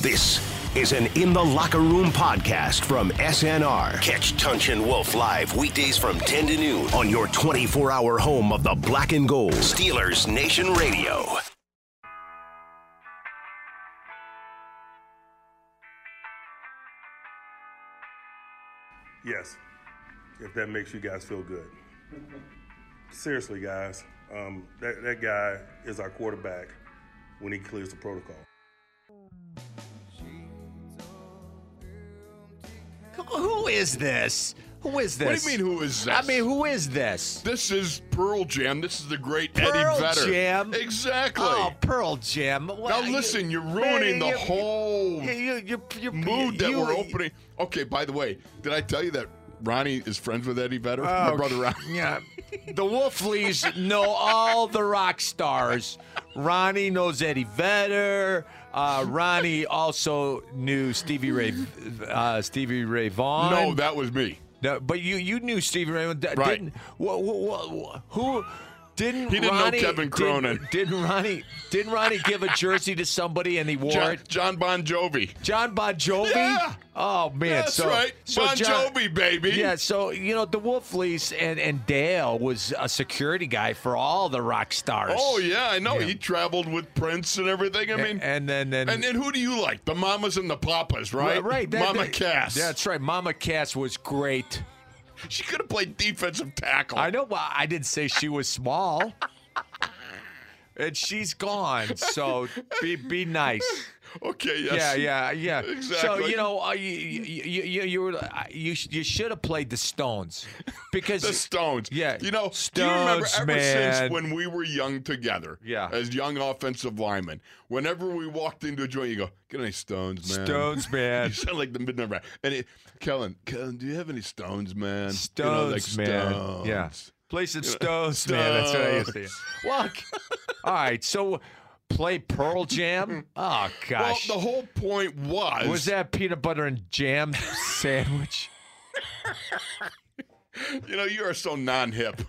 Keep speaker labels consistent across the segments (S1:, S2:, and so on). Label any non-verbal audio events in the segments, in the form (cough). S1: This is an In the Locker Room podcast from SNR. Catch Tunch and Wolf live weekdays from 10 to noon on your 24 hour home of the black and gold. Steelers Nation Radio.
S2: Yes, if that makes you guys feel good. Seriously, guys, um, that, that guy is our quarterback when he clears the protocol.
S3: Come on, who is this? Who is this?
S4: What do you mean, who is this?
S3: I mean, who is this?
S4: This is Pearl Jam. This is the great
S3: Pearl
S4: Eddie Vedder.
S3: Jam?
S4: Exactly.
S3: Oh, Pearl Jam. What-
S4: now
S3: you-
S4: listen, you're
S3: man,
S4: ruining the
S3: you-
S4: whole
S3: You, you, you, you,
S4: mood that
S3: you-
S4: we're opening. Okay, by the way, did I tell you that Ronnie is friends with Eddie Vedder? My
S3: Oh,
S4: brother Ronnie.
S3: Yeah. The Wolfleys know all the rock stars. Ronnie knows Eddie Vedder. Uh, Ronnie also knew Stevie Ray, uh, Stevie Ray Vaughan.
S4: (laughs) No, that was me.
S3: No, but you you knew Stevie Ray. D-
S4: Right.
S3: Didn't, wha- wha- wha- who didn't
S4: He didn't know
S3: Ronnie-
S4: Kevin Cronin.
S3: Didn't, (laughs) didn't Ronnie? Didn't Ronnie give a jersey to somebody and he wore
S4: John,
S3: it?
S4: John Bon Jovi.
S3: John Bon Jovi.
S4: Yeah.
S3: Oh man,
S4: That's
S3: so,
S4: right.
S3: so
S4: bon
S3: John-
S4: Jovi, baby.
S3: Yeah, so you know the Wolfleys and and Dale was a security guy for all the rock stars.
S4: Oh yeah, I know.
S3: Yeah.
S4: He traveled with Prince and everything. I
S3: A-
S4: mean,
S3: and then then
S4: and then who do you like? The mamas and the papas, right?
S3: right, right that-
S4: Mama
S3: that-
S4: Cass.
S3: That's right. Mama Cass was great.
S4: She could have played defensive tackle.
S3: I know. Well, I didn't say she was small. And she's gone, so be be nice.
S4: Okay. Yes.
S3: Yeah, yeah, yeah. So
S4: Exactly.
S3: you know, uh, you you you you, were, uh, you, sh- you should have played the Stones because
S4: The Stones.
S3: Yeah,
S4: You know,
S3: Stones,
S4: do you remember ever
S3: man.
S4: since when we were young together?
S3: Yeah.
S4: As young offensive linemen, whenever we walked into a joint, you go, "Get any Stones, man?"
S3: Stones, man.
S4: (laughs) you sound like the midnight rat. And it, Kellen, Kellen, do you have any Stones, man? You know, like
S3: Stones, man. Yeah.
S4: Stones.
S3: Play some Stones, man. That's what I used to do. Look. All right. So play Pearl
S4: (laughs)
S3: Jam. Oh,
S4: Well,
S3: gosh.
S4: the whole point was
S3: was that peanut butter and jam sandwich?
S4: you know you are so non-hip.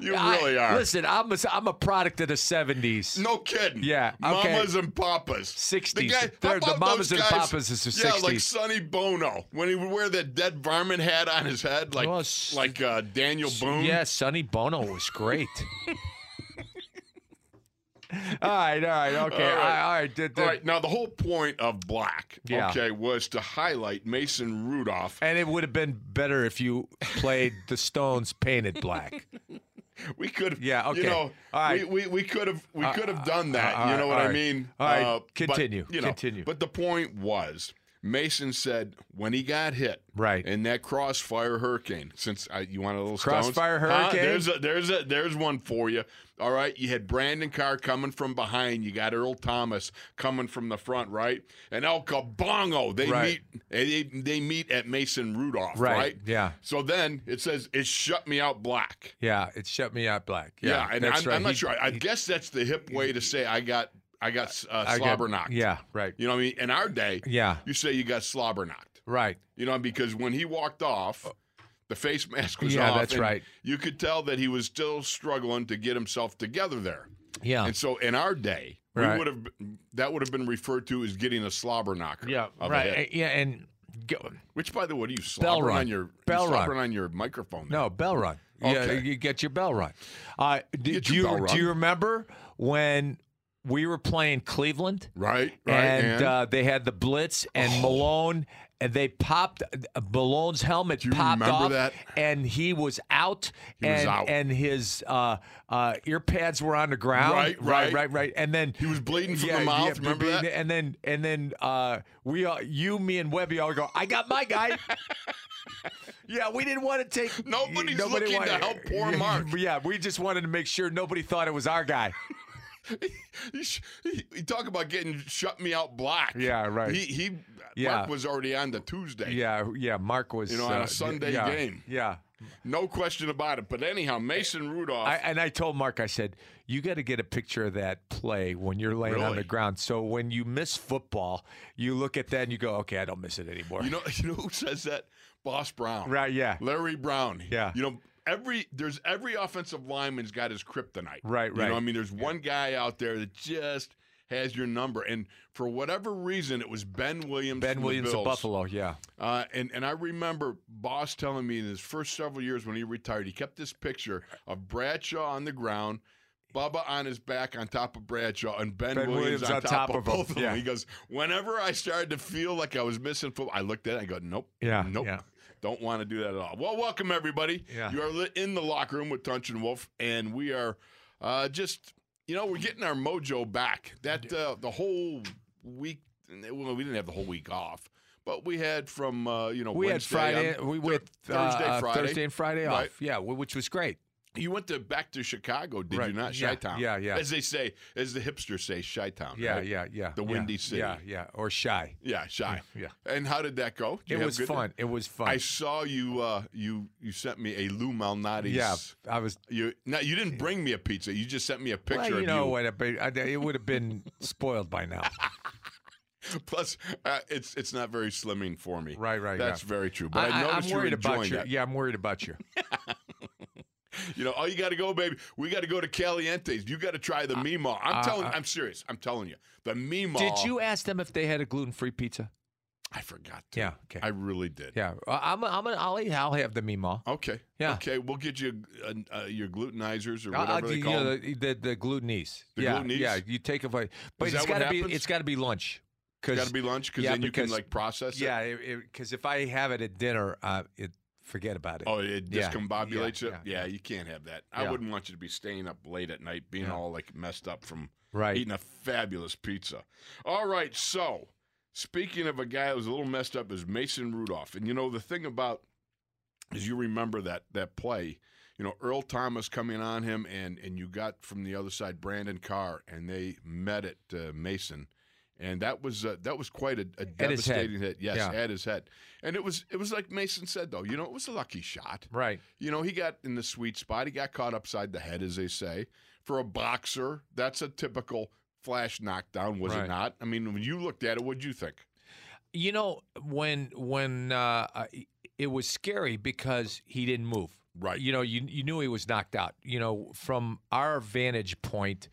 S4: You
S3: I-
S4: really are.
S3: Listen, I'm a, I'm a product of the 70s.
S4: No kidding.
S3: Yeah, okay.
S4: Mamas and papas.
S3: 60s.
S4: The, guy,
S3: They're-
S4: how
S3: the
S4: about
S3: mamas
S4: those
S3: and
S4: guys-
S3: papas is the
S4: Yeah,
S3: 60s.
S4: like Sonny Bono when he would wear that dead varmint hat on his head, like
S3: Well, s-
S4: like uh, Daniel Boone.
S3: Yeah, Sonny Bono was
S4: (laughs)
S3: great. all right, all right, okay. All
S4: All
S3: right,
S4: right.
S3: all right. did- did-
S4: All right. Now the whole point of Black,
S3: Yeah.
S4: okay, was to highlight Mason Rudolph.
S3: And it would have been better if you played the Stones painted black.
S4: We could have,
S3: Yeah, okay.
S4: You know,
S3: All right.
S4: we, we, we could have we
S3: Uh,
S4: could have done that.
S3: uh, all
S4: you know
S3: right,
S4: what
S3: all
S4: I
S3: right.
S4: mean? Uh,
S3: All right,
S4: but,
S3: continue,
S4: you know,
S3: continue.
S4: But the point was, Mason said when he got hit,
S3: Right.
S4: in that crossfire hurricane. Since I, you want a little
S3: Crossfire
S4: Stones? Huh?
S3: Hurricane?
S4: There's a, there's a, there's one for you. All right, you had Brandon Carr coming from behind. You got Earl Thomas coming from the front, right? And El Cabongo, they
S3: Right.
S4: meet they, they meet at Mason Rudolph,
S3: Right,
S4: (laughs) right?
S3: yeah.
S4: So then it says it shut me out black.
S3: Yeah, it shut me out black.
S4: Yeah,
S3: Yeah,
S4: and
S3: that's
S4: I'm,
S3: right.
S4: I'm not
S3: He-
S4: sure. I, I guess that's the hip way to say I got I got uh,
S3: I got-
S4: slobber knocked.
S3: Yeah, right.
S4: You know what I mean? In our day,
S3: Yeah.
S4: you say you got slobber knocked.
S3: Right.
S4: You know, because when he walked off, the face (laughs) mask was
S3: Oh. Yeah,
S4: off.
S3: that's
S4: and
S3: right.
S4: You could tell that he was still struggling to get himself together there.
S3: Yeah.
S4: And so in our day, we
S3: Right.
S4: would have that would have been referred to as getting a slobber knocker.
S3: yeah.
S4: of a hit.
S3: Right. Yeah, and go,
S4: Which by the way, what are you
S3: Bell
S4: slobbering
S3: run.
S4: on your you
S3: Bell run.
S4: slobbering on your microphone? there?
S3: no bell run. Yeah,
S4: Okay.
S3: you get your bell run. Uh, do,
S4: Get
S3: do
S4: your
S3: you
S4: bell run.
S3: do you remember when we were playing Cleveland
S4: Right, right. Oh.
S3: and,
S4: And,
S3: Uh, they had the blitz and Malone and they popped uh, Malone's helmet
S4: you
S3: popped
S4: remember
S3: off
S4: that?
S3: and he was out
S4: He
S3: and
S4: was out.
S3: and his uh, uh, ear pads were on the ground
S4: Right,
S3: right
S4: right.
S3: right right. and then
S4: he was bleeding from the mouth. remember
S3: and,
S4: that?
S3: And then and then uh, we all, you, me, and Webby all go. I got my guy. (laughs) yeah, we didn't want to take.
S4: (laughs) Nobody's looking to help
S3: (laughs)
S4: poor
S3: yeah,
S4: Mark.
S3: Yeah, we just wanted to make sure nobody thought it was our
S4: (laughs)
S3: guy.
S4: You (laughs) sh- he- he talk about getting shut me out black.
S3: Yeah, right.
S4: He he
S3: Yeah.
S4: Mark was already on the Tuesday.
S3: Yeah, yeah. Mark was
S4: You know, on a
S3: uh,
S4: Sunday
S3: yeah,
S4: game.
S3: Yeah,
S4: No question about it. But anyhow, Mason Rudolph
S3: I, and I told Mark, I said, you got to get a picture of that play when you're laying on
S4: Really?
S3: the ground. So when you miss football, you look at that and you go, okay, I don't miss it anymore.
S4: you know (laughs) you know who says that? Boss Brown.
S3: Right, yeah.
S4: Larry Brown.
S3: Yeah.
S4: You know, every there's every offensive lineman's got his kryptonite.
S3: Right,
S4: You
S3: right.
S4: know, what I mean there's one guy out there that just has your number. And for whatever reason, it was Ben Williams.
S3: Ben
S4: from the
S3: Williams of
S4: Bills.
S3: Buffalo, yeah.
S4: Uh, and and I remember Boss telling me in his first several years when he retired, he kept this picture of Bradshaw on the ground, Bubba on his back on top of Bradshaw, and Ben,
S3: Ben
S4: Williams, on top, of
S3: him,
S4: both of them.
S3: yeah.
S4: He goes, whenever I started to feel like I was missing football, I looked at it. I go, nope,
S3: Yeah,
S4: nope.
S3: yeah.
S4: Don't want to do that at all. Well, welcome everybody.
S3: Yeah.
S4: You are li- in the locker room with Tunch and Wolf, and we are uh, just, you know, we're getting our mojo back. That uh, the whole week, well, we didn't have the whole week off, but we had from uh, you know
S3: We
S4: Wednesday
S3: had Friday.
S4: on-
S3: we
S4: Thur-
S3: went uh,
S4: Thursday,
S3: uh,
S4: Friday.
S3: Thursday and Friday off.
S4: Right.
S3: Yeah, wh- which was great.
S4: You went to back to Chicago, did you
S3: Right.
S4: not?
S3: Yeah,
S4: Chi Town.
S3: yeah, yeah.
S4: As they say, as the hipsters say, Chi Town.
S3: Yeah,
S4: right?
S3: yeah, yeah.
S4: The
S3: yeah,
S4: Windy City.
S3: Yeah, yeah. Or shy.
S4: Yeah, Chi.
S3: Yeah.
S4: And how did that go? Did you
S3: It
S4: have
S3: was
S4: good-
S3: fun. It was fun.
S4: I saw you. Uh, you you sent me a Lou Malnati's.
S3: yeah, I was.
S4: You no, you didn't bring me a pizza. You just sent me a picture.
S3: well, you
S4: of
S3: know what? It, it would have been spoiled by now.
S4: (laughs) Plus, uh, it's it's not very slimming for me.
S3: Right, right,
S4: That's
S3: yeah.
S4: very true. But
S3: I,
S4: I, noticed
S3: am
S4: you were
S3: worried
S4: enjoying
S3: about you.
S4: that.
S3: Yeah, I'm worried about you.
S4: You know, oh, you got to go, baby. We got to go to Caliente's. You got to try the Meemaw. I'm telling. I'm serious. I'm telling you, the Meemaw.
S3: Did you ask them if they had a gluten-free pizza?
S4: I forgot. To.
S3: Yeah, okay.
S4: I really did.
S3: Yeah, Uh, I'm. I'm gonna. I'll eat. I'll have the meemaw.
S4: Okay.
S3: Yeah.
S4: Okay. We'll get you uh, uh, your glutenizers or
S3: I'll-
S4: whatever
S3: I'll
S4: they
S3: do,
S4: call
S3: you know,
S4: them.
S3: the, the the glutenese.
S4: The
S3: yeah,
S4: glutenese?
S3: yeah. You take a bite, but
S4: Is
S3: it's
S4: that what
S3: got to be.
S4: happens?
S3: It's got to be lunch.
S4: Got to be lunch because
S3: yeah,
S4: then you
S3: because-
S4: can like process it.
S3: Yeah, because if I have it at dinner, uh, it forget about it.
S4: Oh, it
S3: Yeah,
S4: discombobulates
S3: yeah,
S4: it.
S3: yeah,
S4: Yeah, you can't have that. I
S3: Yeah.
S4: wouldn't want you to be staying up late at night, being
S3: Yeah.
S4: all like messed up from
S3: right.
S4: eating a fabulous pizza. All right, so speaking of a guy that was a little messed up is Mason Rudolph, and you know the thing about is you remember that that play, you know Earl Thomas coming on him, and and you got from the other side Brandon Carr, and they met at uh, Mason. And that was uh, that was quite a, a
S3: At his head.
S4: devastating hit. Yes,
S3: Yeah.
S4: at his head, and it was it was like Mason said though. You know, it was a lucky shot.
S3: Right.
S4: You know, he got in the sweet spot. He got caught upside the head, as they say. For a boxer, that's a typical flash knockdown, was it
S3: Right.
S4: not? I mean, when you looked at it, what'd you think?
S3: You know when when uh, I- it was scary because he didn't move.
S4: Right.
S3: You know you you knew he was knocked out. You know from our vantage point.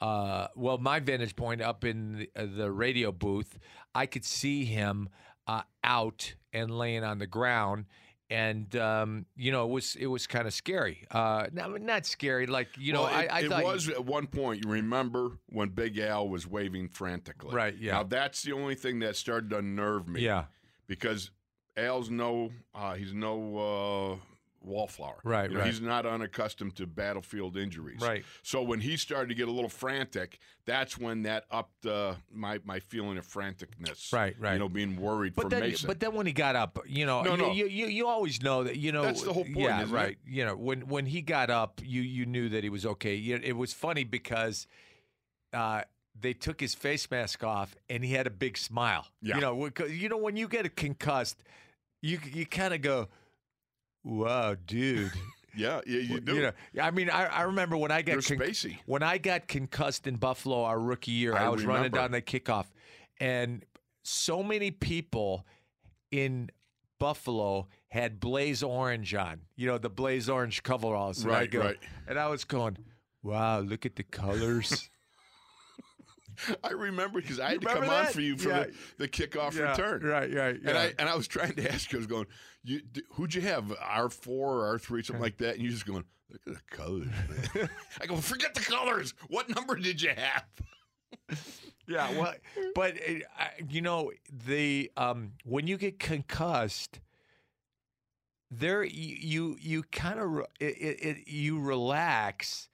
S3: Uh, well, my vantage point up in the, uh, the radio booth, I could see him uh, out and laying on the ground, and um, you know it was it was kind of scary. Uh, not, not scary, like you know
S4: Well, it,
S3: I, I
S4: it
S3: thought
S4: was at one point. You remember when Big Al was waving frantically?
S3: Right, yeah.
S4: Now that's the only thing that started to unnerve me.
S3: yeah
S4: Because Al's no, uh, he's no. Uh, Wallflower,
S3: Right,
S4: You know,
S3: right.
S4: He's not unaccustomed to battlefield injuries,
S3: right.
S4: So when he started to get a little frantic, that's when that upped uh, my my feeling of franticness.
S3: Right, right.
S4: You know, being worried for
S3: But then,
S4: Mason.
S3: but then when he got up, you know,
S4: No,
S3: you,
S4: no.
S3: You, you you always know that you know
S4: That's the whole point,
S3: Yeah,
S4: isn't it?
S3: right. You know, when when he got up, you you knew that he was okay. You- It was funny because uh, they took his face mask off and he had a big smile.
S4: Yeah.
S3: You know, wh- 'cause, you know when you get concussed, you you kind of go, "Wow, dude."
S4: yeah, yeah, (laughs) you do.
S3: You know, I mean, I, I remember when I
S4: You're
S3: got con- (laughs)
S4: spacey.
S3: when I got concussed in Buffalo our rookie year,
S4: I
S3: I, was running
S4: remember.
S3: down the kickoff, and so many people in Buffalo had blaze orange on, you know, the blaze orange coveralls. And I
S4: Right,
S3: go,
S4: right.
S3: And I was going, wow, look at the
S4: (laughs)
S3: colors.
S4: I remember because I had to
S3: remember
S4: come on
S3: that?
S4: for you for
S3: Yeah.
S4: the, the kickoff
S3: Yeah,
S4: return.
S3: Right, right.
S4: And
S3: yeah.
S4: I and I was trying to ask you, I was going, you, d- who'd you have, R four or R three, something like that? And you just going, look at the colors.
S3: (laughs)
S4: Man. I go, forget the colors. What number did you have?
S3: Yeah,
S4: (laughs)
S3: well, but it, I, you know the um, when you get concussed, there y- you you kind of it, it, it you relax,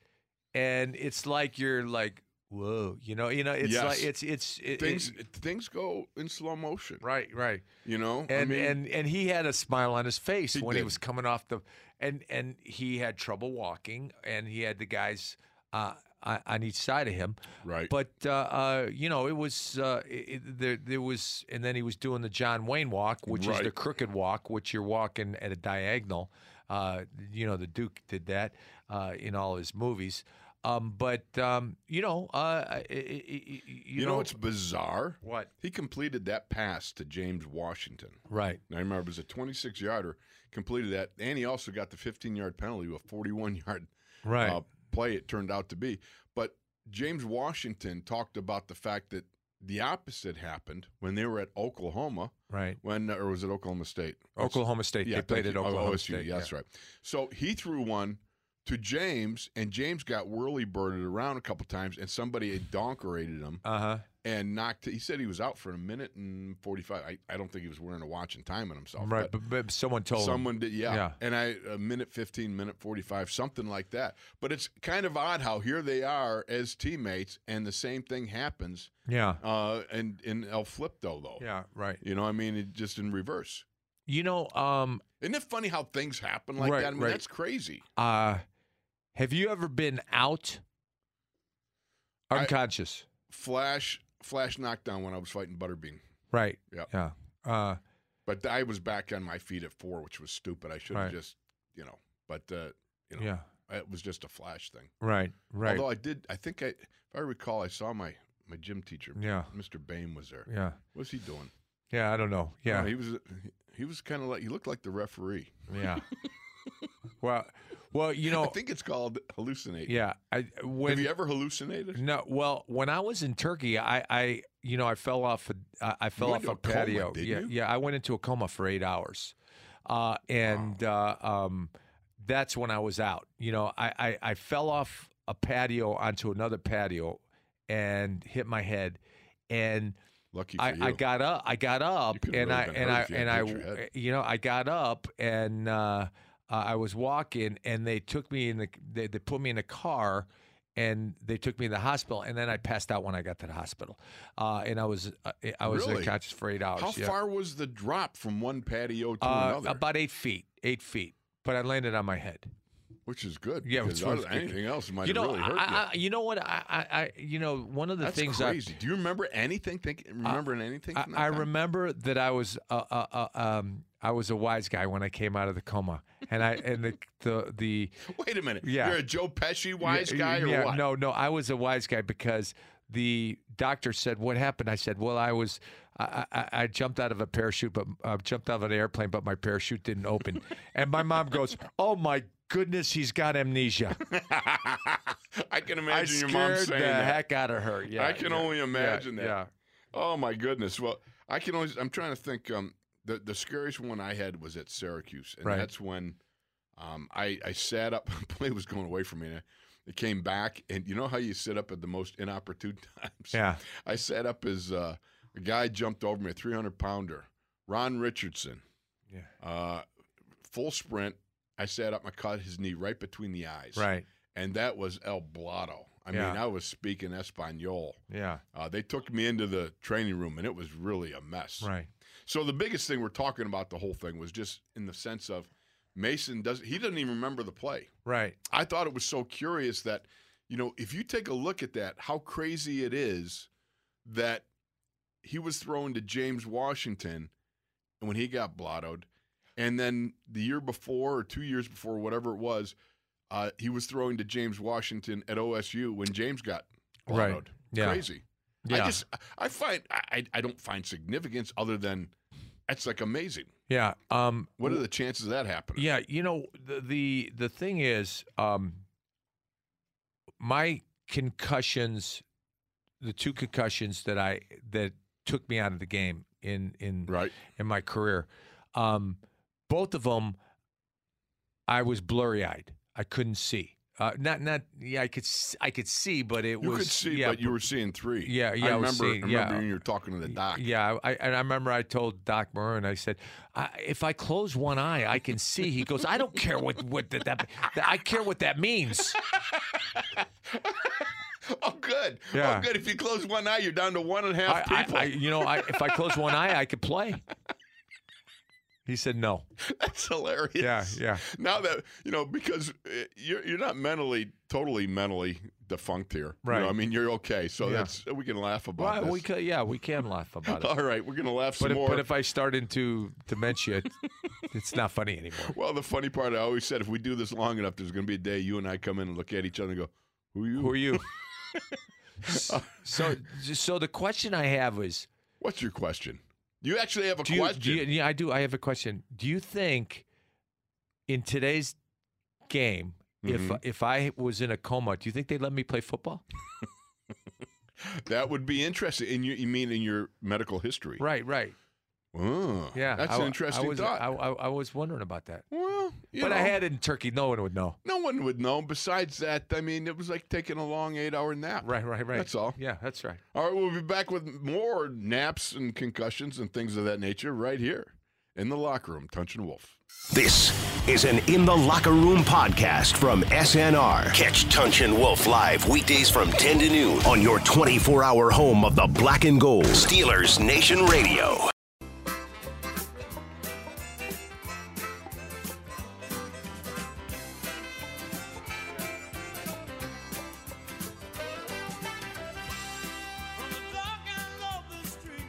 S3: and it's like you're like whoa, you know, you know, it's
S4: Yes.
S3: like it's it's it, it-
S4: Things things go in slow motion,
S3: right, right,
S4: You know, I
S3: and
S4: mean-
S3: and and he had a smile on his face
S4: He
S3: when he
S4: did.
S3: was coming off the, and and he had trouble walking, and he had the guys uh, on on each side of him,
S4: right.
S3: but uh, uh, you know, it was uh, it, it- there. There was, and then he was doing the John Wayne walk, which is the
S4: Right.
S3: crooked walk, which you're walking at a diagonal. Uh, you know, the Duke did that uh, in all his movies. Um, but um, you know, uh, I- I- I- I- you,
S4: you, know, it's bizarre.
S3: what?
S4: He completed that pass to James Washington.
S3: Right.
S4: Now, I remember it was a 26 yarder, completed that, and he also got the 15 yard penalty, a 41 yard
S3: Right.
S4: uh, play it turned out to be. But James Washington talked about the fact that the opposite happened when they were at Oklahoma.
S3: Right.
S4: When uh, or was it Oklahoma State?
S3: Oklahoma State.
S4: Yeah,
S3: they played
S4: thank
S3: at
S4: you. Oh,
S3: Oklahoma
S4: OSU,
S3: State.
S4: yeah, that's
S3: yeah.
S4: right. So he threw one to James, and James got whirly birded around a couple times, and somebody had donkerated him
S3: Uh huh.
S4: and knocked. He said he was out for a minute and forty five. I, I don't think he was wearing a watch and timing himself.
S3: Right.
S4: but
S3: But, but someone told him.
S4: Someone did, yeah.
S3: Yeah.
S4: And I a minute fifteen, minute forty five, something like that. But it's kind of odd how here they are as teammates, and the same thing happens.
S3: Yeah.
S4: Uh, and in El Flipto though,
S3: Yeah. Right.
S4: you know, I mean, it just in reverse.
S3: You know, um,
S4: Isn't it funny how things happen like
S3: Right,
S4: that? I mean,
S3: right.
S4: that's crazy.
S3: uh, have you ever been out
S4: I-
S3: unconscious?
S4: Flash, flash knockdown when I was fighting Butterbean,
S3: right.
S4: Yep.
S3: Yeah. Uh,
S4: but I was back on my feet at four, which was stupid. I should have
S3: Right.
S4: just, you know, but uh, you know,
S3: yeah.
S4: it was just a flash thing.
S3: Right. Right.
S4: Although I did, I think I, if I recall, I saw my my gym teacher,
S3: yeah.
S4: Mr. Bain, was there.
S3: Yeah.
S4: What's he doing?
S3: Yeah. I don't know. Yeah.
S4: Oh, he was he was kind of like he looked like the referee. (laughs)
S3: Yeah. well, well, you know,
S4: I think it's called hallucinate.
S3: yeah. I when
S4: Have you ever hallucinated?
S3: no, well, when I was in Turkey, I, I, you know, I fell off, a, I I fell
S4: You
S3: off
S4: went
S3: a,
S4: into a coma,
S3: patio.
S4: didn't
S3: yeah,
S4: you?
S3: yeah. I went into a coma for eight hours, uh, and uh, um, that's when I was out. You know, I, I, I fell off a patio onto another patio, and hit my head, and
S4: Lucky for
S3: I,
S4: you.
S3: I got up. I got up,
S4: could've
S3: and
S4: really
S3: I
S4: been
S3: and
S4: hurt
S3: I
S4: if you
S3: and
S4: hadn't
S3: I,
S4: hit your head.
S3: you know, I got up and uh, uh, I was walking, and they took me in the they, they put me in a car, and they took me to the hospital, and then I passed out when I got to the hospital, uh, and I was uh, I was
S4: Really?
S3: unconscious for eight hours.
S4: How
S3: yeah.
S4: far was the drop from one patio to
S3: Uh,
S4: another?
S3: about eight feet, eight feet. But I landed on my head.
S4: which is good.
S3: Yeah,
S4: because
S3: which was
S4: other-
S3: good.
S4: anything else might
S3: you
S4: have
S3: know,
S4: really
S3: I,
S4: hurt you.
S3: I, you know what? I, I, I, you know, one of the
S4: That's
S3: things I,
S4: crazy. Do you remember anything? Think remembering anything?
S3: I,
S4: From that
S3: I
S4: time?
S3: remember that I was uh, uh, uh, um, I was a wise guy when I came out of the coma, and I and the the, the
S4: (laughs) Wait a minute.
S3: Yeah.
S4: You're a Joe Pesci (laughs) wise
S3: yeah,
S4: guy or
S3: yeah,
S4: what?
S3: No, no, I was a wise guy because the doctor said, "What happened?" I said, "Well, I was." I, I, I jumped out of a parachute, but uh, jumped out of an airplane, but my parachute didn't open. and my mom goes, "Oh my goodness, he's got
S4: (laughs)
S3: amnesia."
S4: I can
S3: I
S4: imagine your
S3: scared
S4: mom
S3: the
S4: saying that.
S3: heck out of her. Yeah,
S4: I can
S3: yeah,
S4: only
S3: yeah,
S4: imagine that.
S3: Yeah,
S4: Oh my goodness. Well, I can only. I'm trying to think. Um, the the scariest one I had was at Syracuse, and
S3: Right.
S4: that's when, um, I I sat up. (laughs) Play was going away from me. And I, it came back, and you know how you sit up at the most inopportune (laughs) times.
S3: yeah.
S4: I sat up as uh, a guy jumped over me, a 300 pounder, Ron Richardson.
S3: Yeah.
S4: Uh, full sprint. I sat up. I caught his knee right between the eyes.
S3: Right.
S4: And that was El Blotto. I mean,
S3: Yeah.
S4: I was speaking Espanol.
S3: Yeah.
S4: Uh, they took me into the training room, and it was really a mess.
S3: Right.
S4: So the biggest thing we're talking about the whole thing was just in the sense of Mason does he doesn't even remember the play.
S3: Right.
S4: I thought it was so curious that, you know, if you take a look at that, how crazy it is that he was thrown to James Washington when he got blottoed. And then the year before, or two years before, whatever it was, uh, he was throwing to James Washington at OSU when James got
S3: Right.
S4: blottoed.
S3: Yeah.
S4: Crazy. I just, I find, I, I don't find significance other than that's like amazing.
S3: Yeah. Um,
S4: What are the chances of that happening?
S3: yeah. You know, the, the, the thing is, um, my concussions, the two concussions that I, that took me out of the game in, in,
S4: Right.
S3: in my career, um, both of them, I was blurry eyed. I couldn't see. Uh, not, not, yeah, I could, s- I could see, but it
S4: You
S3: was,
S4: could see,
S3: yeah,
S4: but you were seeing three.
S3: Yeah, yeah,
S4: I
S3: I
S4: remember.
S3: was seeing-
S4: I remember
S3: yeah.
S4: when you were talking to the doc.
S3: Yeah, I, I- and I remember I told Doc Maroon, I said, I, if I close one eye, I can see. He goes, I don't care what, what that, that, that- I care what that means.
S4: (laughs) Oh, good.
S3: Yeah.
S4: Oh, good. If you close one eye, you're down to one and a
S3: I,
S4: half
S3: I,
S4: people.
S3: I- you know, I, if I close one eye, I could play. He said no.
S4: (laughs) That's hilarious.
S3: yeah,
S4: Now that you know, because uh, you're you're not mentally totally mentally defunct here. You know,
S3: Right.
S4: I mean, you're okay. So
S3: Yeah.
S4: that's we can laugh about
S3: Well,
S4: this.
S3: we could, yeah, we can laugh about it.
S4: (laughs) All right, we're gonna
S3: But
S4: laugh (laughs) some
S3: if,
S4: more.
S3: but if I start into dementia, it's not funny
S4: (laughs)
S3: anymore.
S4: well, the funny part, I always said, if we do this long enough, there's gonna be a day you and I come in and look at each other and go, "Who you?
S3: Who are you? S- so, so the question I have is,
S4: (laughs) What's your question? You actually have a
S3: do you,
S4: question.
S3: do you- yeah, I do. I have a question. Do you think in
S4: Mm-hmm.
S3: today's game, if if I was in a coma, do you think they'd let me play football?
S4: That would be interesting. And you, you mean in your medical history?
S3: Right, right.
S4: Oh,
S3: Yeah.
S4: That's
S3: I-
S4: an interesting
S3: I was,
S4: thought.
S3: I, I, I was wondering about that.
S4: well, you
S3: but I
S4: know,
S3: had it in Turkey. No one would know.
S4: no one would know. Besides that, I mean, it was like taking a long eight-hour nap.
S3: Right, right, right.
S4: That's all.
S3: Yeah, that's right.
S4: All right, we'll be back with more naps and concussions and things of that nature right here in the locker room. Tunch and Wolf.
S1: This is an In the Locker Room podcast from SNR. Catch Tunch and Wolf live weekdays from 10 to noon on your 24 hour home of the black and gold. Steelers Nation Radio.
S5: From the dark end of the street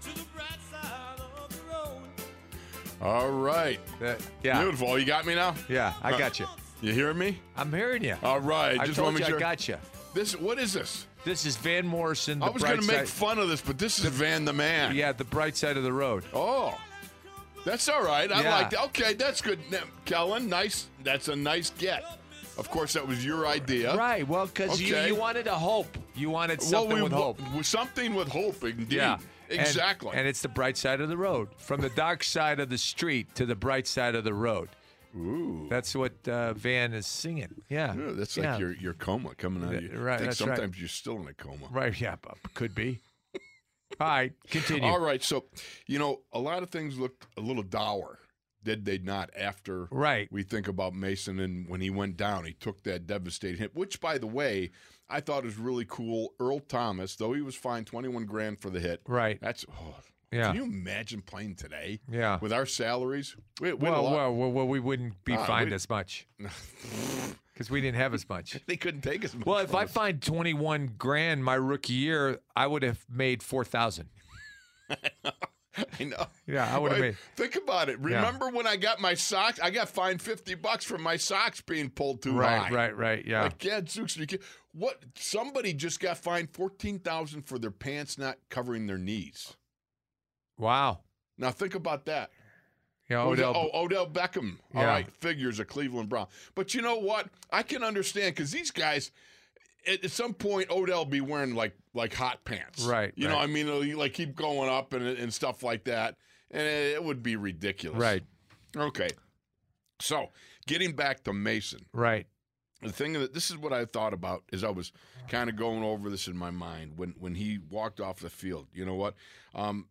S5: to the bright side of the road.
S4: All right.
S3: That- yeah,
S4: Beautiful. You got me now?
S3: yeah. I got you.
S4: You hear me?
S3: I'm hearing you.
S4: All right.
S3: I
S4: just
S3: told
S4: want to
S3: you
S4: make sure.
S3: I got you.
S4: This what is this?
S3: This is Van Morrison. The
S4: I was
S3: going to
S4: make fun of this, but this is Van the Man.
S3: Yeah, the bright side of the road.
S4: Oh. That's all right. I
S3: Yeah.
S4: like that. Okay, that's good. Now, Kellen, nice. That's a nice get. Of course, that was your idea.
S3: Right. Well, because
S4: Okay.
S3: you, you wanted a hope. You wanted
S4: Well,
S3: something
S4: we,
S3: with hope.
S4: Something with hope, indeed.
S3: Yeah. And-
S4: Exactly.
S3: And, it's the bright side of the road. From the dark side of the street to the bright side of the road. Ooh. That's what uh, Van is singing. Yeah.
S4: Yeah, that's
S3: Yeah.
S4: like your your coma coming out of
S3: Th-
S4: you.
S3: right,
S4: I think
S3: that's right.
S4: sometimes you're still in a coma.
S3: Right. Yeah. but Could be. All right. Continue.
S4: All right, so you know a lot of things looked a little dour, did they not? After
S3: Right.
S4: we think about Mason and when he went down, he took that devastating hit. Which, by the way, I thought was really cool. Earl Thomas, though he was fined twenty one grand for the hit.
S3: Right.
S4: That's oh,
S3: Yeah.
S4: Can you imagine playing today?
S3: Yeah.
S4: With our salaries, we, we had
S3: Well,
S4: a lot-
S3: well, well, well, we wouldn't be
S4: Uh,
S3: fined
S4: we-
S3: as
S4: (laughs)
S3: much because we didn't have as much.
S4: they couldn't take us.
S3: Well, if I find 21 grand my rookie year, I would have made 4,000.
S4: (laughs) I know.
S3: Yeah, I would have
S4: Right?
S3: made.
S4: Think about it. Remember when I got my socks? I got fined fifty bucks for my socks being pulled too
S3: Right,
S4: high.
S3: right, right. Yeah.
S4: Like, yeah, Zooks, you can't- what? Somebody just got fined fourteen thousand for their pants not covering their knees.
S3: wow.
S4: Now think about that.
S3: Yeah,
S4: Odell,
S3: Odell.
S4: oh, Odell Beckham. All
S3: Yeah.
S4: right, figures a Cleveland Brown. But you know what? I can understand because these guys, at, at some point, Odell be wearing like like hot pants.
S3: Right,
S4: You know,
S3: right.
S4: I mean, it'll, you, like keep going up and and stuff like that, and it, it would be ridiculous.
S3: Right,
S4: Okay. So getting back to Mason,
S3: right.
S4: the thing that this is what I thought about is I was kind of going over this in my mind when when he walked off the field. You know what? Um,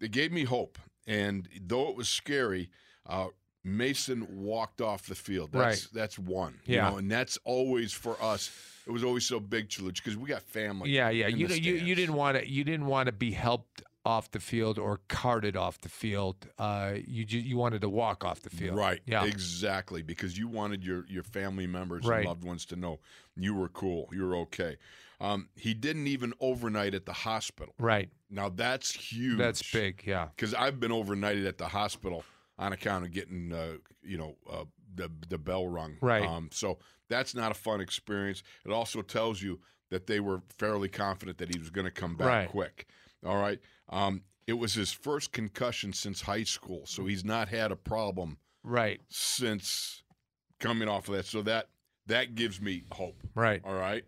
S4: it gave me hope, and though it was scary, uh, Mason walked off the field. That's that's one.
S3: Yeah.
S4: you know, and that's always for us. It was always so big, Chaluch, because we got family.
S3: yeah, yeah.
S4: in
S3: You
S4: the
S3: know, you, you
S4: stands.
S3: didn't want to you didn't want to be helped off the field or carted off the field. Uh, you ju- you wanted to walk off the field.
S4: Right.
S3: Yeah.
S4: Exactly. Because you wanted your, your family members
S3: Right.
S4: and loved ones to know you were cool. You were okay. Um, he didn't even overnight at the hospital.
S3: right.
S4: Now that's huge.
S3: That's big. Yeah.
S4: Because I've been overnighted at the hospital on account of getting, uh, you know, uh, the the bell rung.
S3: Right.
S4: Um, so that's not a fun experience. It also tells you that they were fairly confident that he was going to come back
S3: Right.
S4: quick. All right. Um, it was his first concussion since high school, so he's not had a problem
S3: Right.
S4: since coming off of that. So that that gives me hope.
S3: Right.
S4: All right.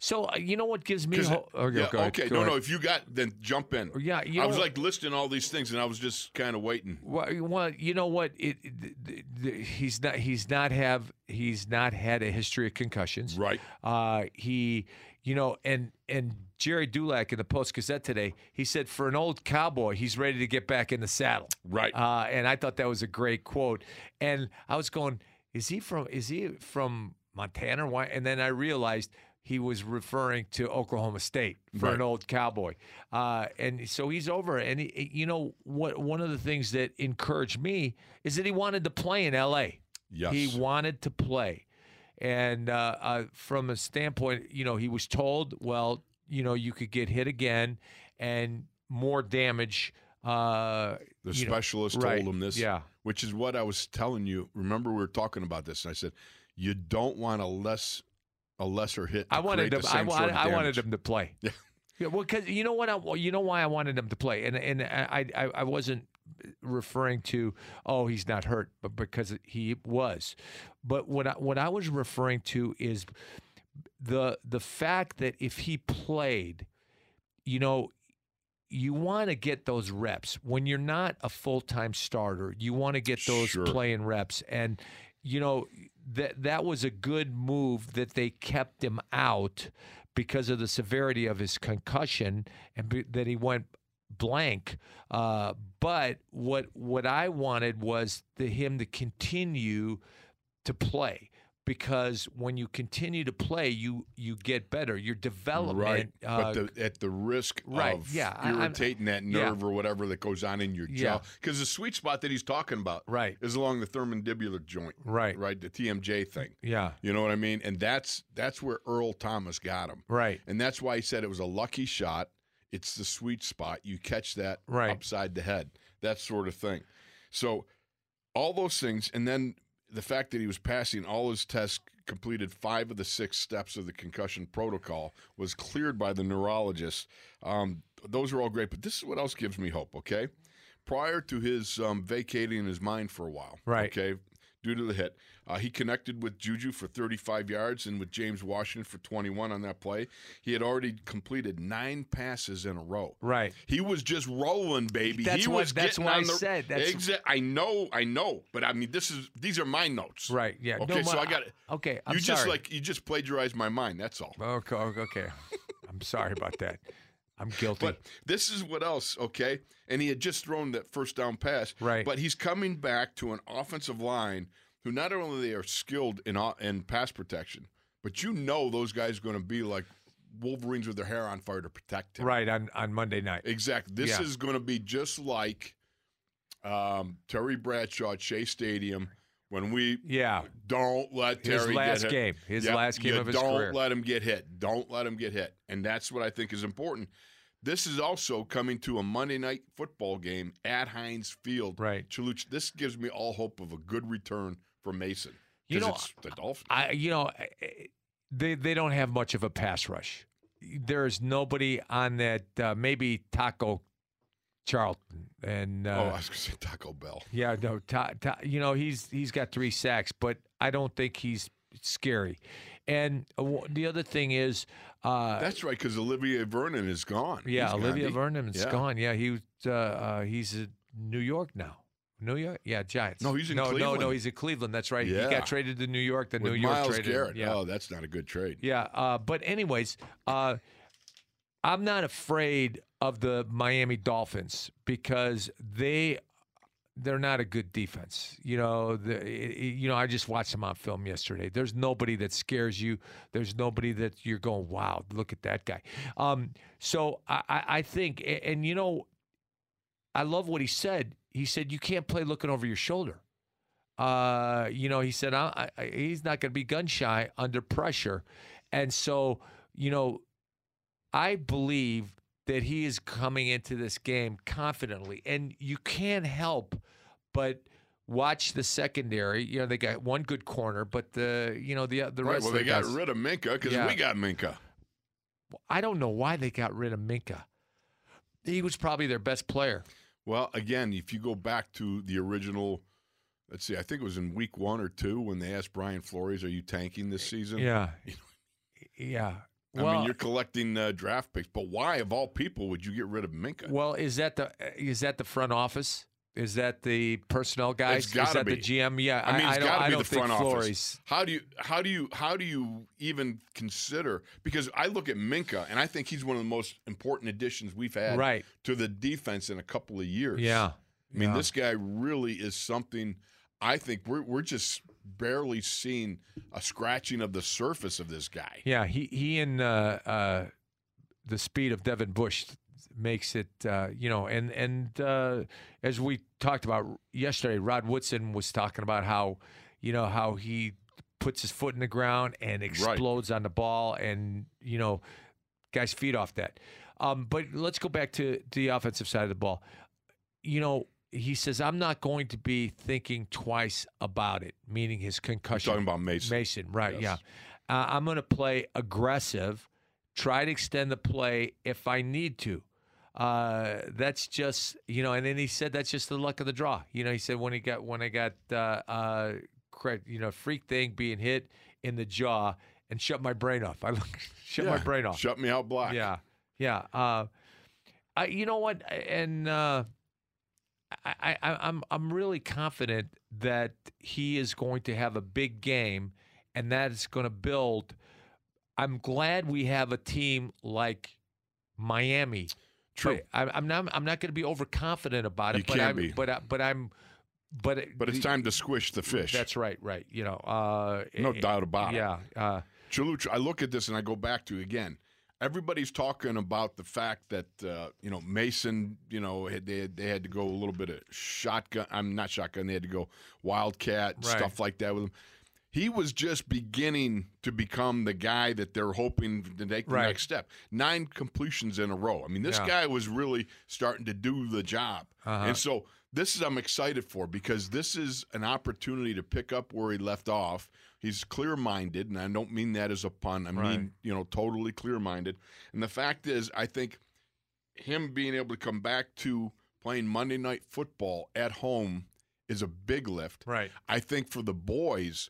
S3: So uh, you know what gives me
S4: Uh, 'Cause-
S3: hope? Okay.
S4: yeah,
S3: oh, go ahead,
S4: okay.
S3: go
S4: no,
S3: ahead.
S4: no. If you got, then jump in.
S3: Yeah, you
S4: I
S3: know
S4: was
S3: what-
S4: like listing all these things, and I was just kind of waiting.
S3: Well, you- well, you know what? It, it- th- th- th- he's not. He's not have. He's not had a history of concussions.
S4: Right.
S3: Uh, he, you know, and and Jerry Dulac in the Post Gazette today, he said for an old cowboy, he's ready to get back in the saddle.
S4: Right.
S3: Uh, and I thought that was a great quote. And I was going, is he from? Is he from Montana? or Why? And then I realized. He was referring to Oklahoma State for
S4: Right.
S3: an old cowboy, uh, and so he's over. And he, he- you know what? One of the things that encouraged me is that he wanted to play in L.A.
S4: yes.
S3: He wanted to play. And uh, uh, from a standpoint, you know, he was told, well, you know, you could get hit again and more damage. Uh,
S4: the
S3: you know,
S4: specialist
S3: right,
S4: told him this.
S3: yeah.
S4: Which is what I was telling you. Remember, we were talking about this, and I said you don't want a less a lesser hit. To
S3: I wanted
S4: create
S3: him.
S4: the
S3: I,
S4: same
S3: wa-
S4: sort of
S3: I wanted
S4: damage.
S3: him to play.
S4: Yeah.
S3: Yeah, well, because you know what? I, you know why I wanted him to play, and and I I, I wasn't referring to, oh, he's not hurt, but because he was. But what I, what I was referring to is the the fact that if he played, you know, you want to get those reps when you're not a full-time starter. You want to get those
S4: Sure.
S3: playing reps and you know that that was a good move that they kept him out because of the severity of his concussion and be, that he went blank. Uh, but what what I wanted was the, him to continue to play because when you continue to play, you you get better. Your
S4: Right,
S3: development, uh,
S4: but the, at the risk
S3: right,
S4: of
S3: yeah, I- I'm-
S4: irritating that
S3: yeah.
S4: nerve or whatever that goes on in your
S3: Yeah.
S4: jaw, because the sweet spot that he's talking about
S3: Right.
S4: is along the thermandibular joint,
S3: Right.
S4: right, the TMJ thing.
S3: yeah,
S4: You know what I mean? And that's that's where Earl Thomas got him,
S3: right,
S4: and that's why he said it was a lucky shot. It's the sweet spot. You catch that
S3: Right.
S4: upside the head, that sort of thing. So all those things, and then the fact that he was passing all his tests, completed five of the six steps of the concussion protocol, was cleared by the neurologist. Um, those are all great, but this is what else gives me hope. Okay, prior to his um, vacating his mind for a while,
S3: Right.
S4: Okay. Due to the hit, uh, he connected with Juju for 35 yards and with James Washington for 21 on that play. He had already completed nine passes in a row.
S3: right.
S4: He was just rolling, baby.
S3: That's
S4: he
S3: what-
S4: was
S3: that's
S4: getting
S3: what
S4: on
S3: I
S4: the-
S3: said. That's-
S4: Exa- I know, I know, but I mean, this is these are my notes,
S3: Right. Yeah.
S4: Okay, so
S3: my-
S4: I got it.
S3: Okay. I'm
S4: you
S3: sorry.
S4: just like you just plagiarized my mind. That's all.
S3: Okay. Okay. okay. I'm sorry about that.
S4: (laughs)
S3: I'm guilty.
S4: But this is what else, okay? And he had just thrown that first down pass,
S3: Right.
S4: But he's coming back to an offensive line who not only they are skilled in o- in pass protection, but you know those guys are going to be like wolverines with their hair on fire to protect him,
S3: right on on Monday night.
S4: Exactly. This
S3: Yeah.
S4: is going to be just like um, Terry Bradshaw at Shea Stadium when we
S3: Yeah.
S4: don't let Terry
S3: His
S4: get
S3: last
S4: hit.
S3: game. His
S4: Yep,
S3: last game
S4: you
S3: of his
S4: don't
S3: career.
S4: let him get hit. Don't let him get hit. And that's what I think is important. This is also coming to a Monday night football game at Heinz Field.
S3: Right.
S4: Chaluch, this gives me all hope of a good return for Mason. 'Cause
S3: You know,
S4: it's the Dolphins.
S3: I you know I- I- they they don't have much of a pass rush. There is nobody on that. Uh, maybe Taco Charlton and
S4: oh, I
S3: uh,
S4: was going to say Taco Bell.
S3: yeah, no, ta, ta, you know he's he's got three sacks, but I don't think he's scary. And uh, w- the other thing is, uh,
S4: That's right, because Olivier Vernon is gone.
S3: Yeah,
S4: He's
S3: Olivia
S4: Gandhi.
S3: Vernon is
S4: Yeah.
S3: gone. Yeah, he was, uh, uh, he's in New York now. New York, yeah, Giants.
S4: No, he's in
S3: no, No, no,
S4: Cleveland.
S3: he's in Cleveland. That's right. He
S4: Yeah.
S3: got traded to New York. Then
S4: With
S3: New York
S4: Miles
S3: traded. him.
S4: Garrett.
S3: Yeah,
S4: Oh, that's not a good trade.
S3: yeah. Uh, but anyways, uh, I'm not afraid of the Miami Dolphins because they they're not a good defense. You know, the, i- i- you know, I just watched them on film yesterday. There's nobody that scares you. There's nobody that you're going, wow, look at that guy. Um, so I, I I think, a- and you know, I love what he said. He said you can't play looking over your shoulder. Uh, you know, he said I, I, he's not going to be gun shy under pressure, and so you know, I believe that he is coming into this game confidently, and you can't help but watch the secondary. You know, they got one good corner, but the you know the the
S4: Right.
S3: rest
S4: Well,
S3: of
S4: they
S3: the
S4: got
S3: guys-
S4: rid of Minka because
S3: Yeah.
S4: we got Minka.
S3: I don't know why they got rid of Minka. He was probably their best player.
S4: Well, again, if you go back to the original, let's see, I think it was in week one or two when they asked Brian Flores, "Are you tanking this season?"
S3: Yeah.
S4: You (laughs)
S3: Yeah.
S4: I
S3: Well,
S4: mean, you're collecting uh, draft picks, but why, of all people, would you get rid of Minka?
S3: well, is that the is that the front office? Is that the personnel guys? Is
S4: gotta
S3: that
S4: be.
S3: the GM? Yeah,
S4: I mean,
S3: I,
S4: it's
S3: don't,
S4: got
S3: I
S4: to be
S3: don't
S4: the front
S3: think
S4: office.
S3: Flores.
S4: How do you how do you how do you even consider? Because I look at Minka and I think he's one of the most important additions we've had
S3: Right.
S4: to the defense in a couple of years.
S3: Yeah.
S4: I mean,
S3: Yeah.
S4: this guy really is something. I think we're we're just barely seeing a scratching of the surface of this guy.
S3: Yeah, he he and uh, uh, the speed of Devin Bush makes it uh, you know, and and uh, as we talked about yesterday, Rod Woodson was talking about how you know how he puts his foot in the ground and explodes on the ball, and you know, guys feed off that. Um, but let's go back to the offensive side of the ball. You know. He says, "I'm not going to be thinking twice about it," meaning his concussion.
S4: Talking about Mason.
S3: Mason, right?
S4: Yes.
S3: Yeah. Uh, I'm going to play aggressive, try to extend the play if I need to. uh, that's just you know. And then he said that's just the luck of the draw. You know, he said when he got when I got uh, uh, correct, you know, freak thing being hit in the jaw and shut my brain off. I (laughs) look, shut my
S4: Yeah.
S3: brain off.
S4: Shut me out black.
S3: Yeah, yeah. Uh, I, you know what? And uh, I, I, I'm, I'm really confident that he is going to have a big game, and that is going to build. I'm glad we have a team like Miami.
S4: True.
S3: But I, I'm not, I'm not going to be overconfident about it.
S4: You
S3: but
S4: can't
S3: I'm,
S4: be.
S3: But, I, but I'm, but it-
S4: But it's time to squish the fish.
S3: That's right, right. You know, uh,
S4: no
S3: it-
S4: doubt about it.
S3: Yeah, uh,
S4: Chalucha, I look at this and I go back to again. Everybody's talking about the fact that uh, you know Mason, you know had, they had, they had to go a little bit of shotgun. I'm not shotgun. They had to go wildcat
S3: Right.
S4: stuff like that with him. He was just beginning to become the guy that they're hoping to take the
S3: Right.
S4: next step. Nine completions in a row. I mean, this
S3: Yeah. Uh-huh.
S4: guy was really starting to do the job, and so this is I'm excited for because this is an opportunity to pick up where he left off. He's clear-minded, and I don't mean that as a pun. I
S3: Right.
S4: mean, you know, totally clear-minded. And the fact is, I think him being able to come back to playing Monday night football at home is a big lift.
S3: right.
S4: I think for the boys,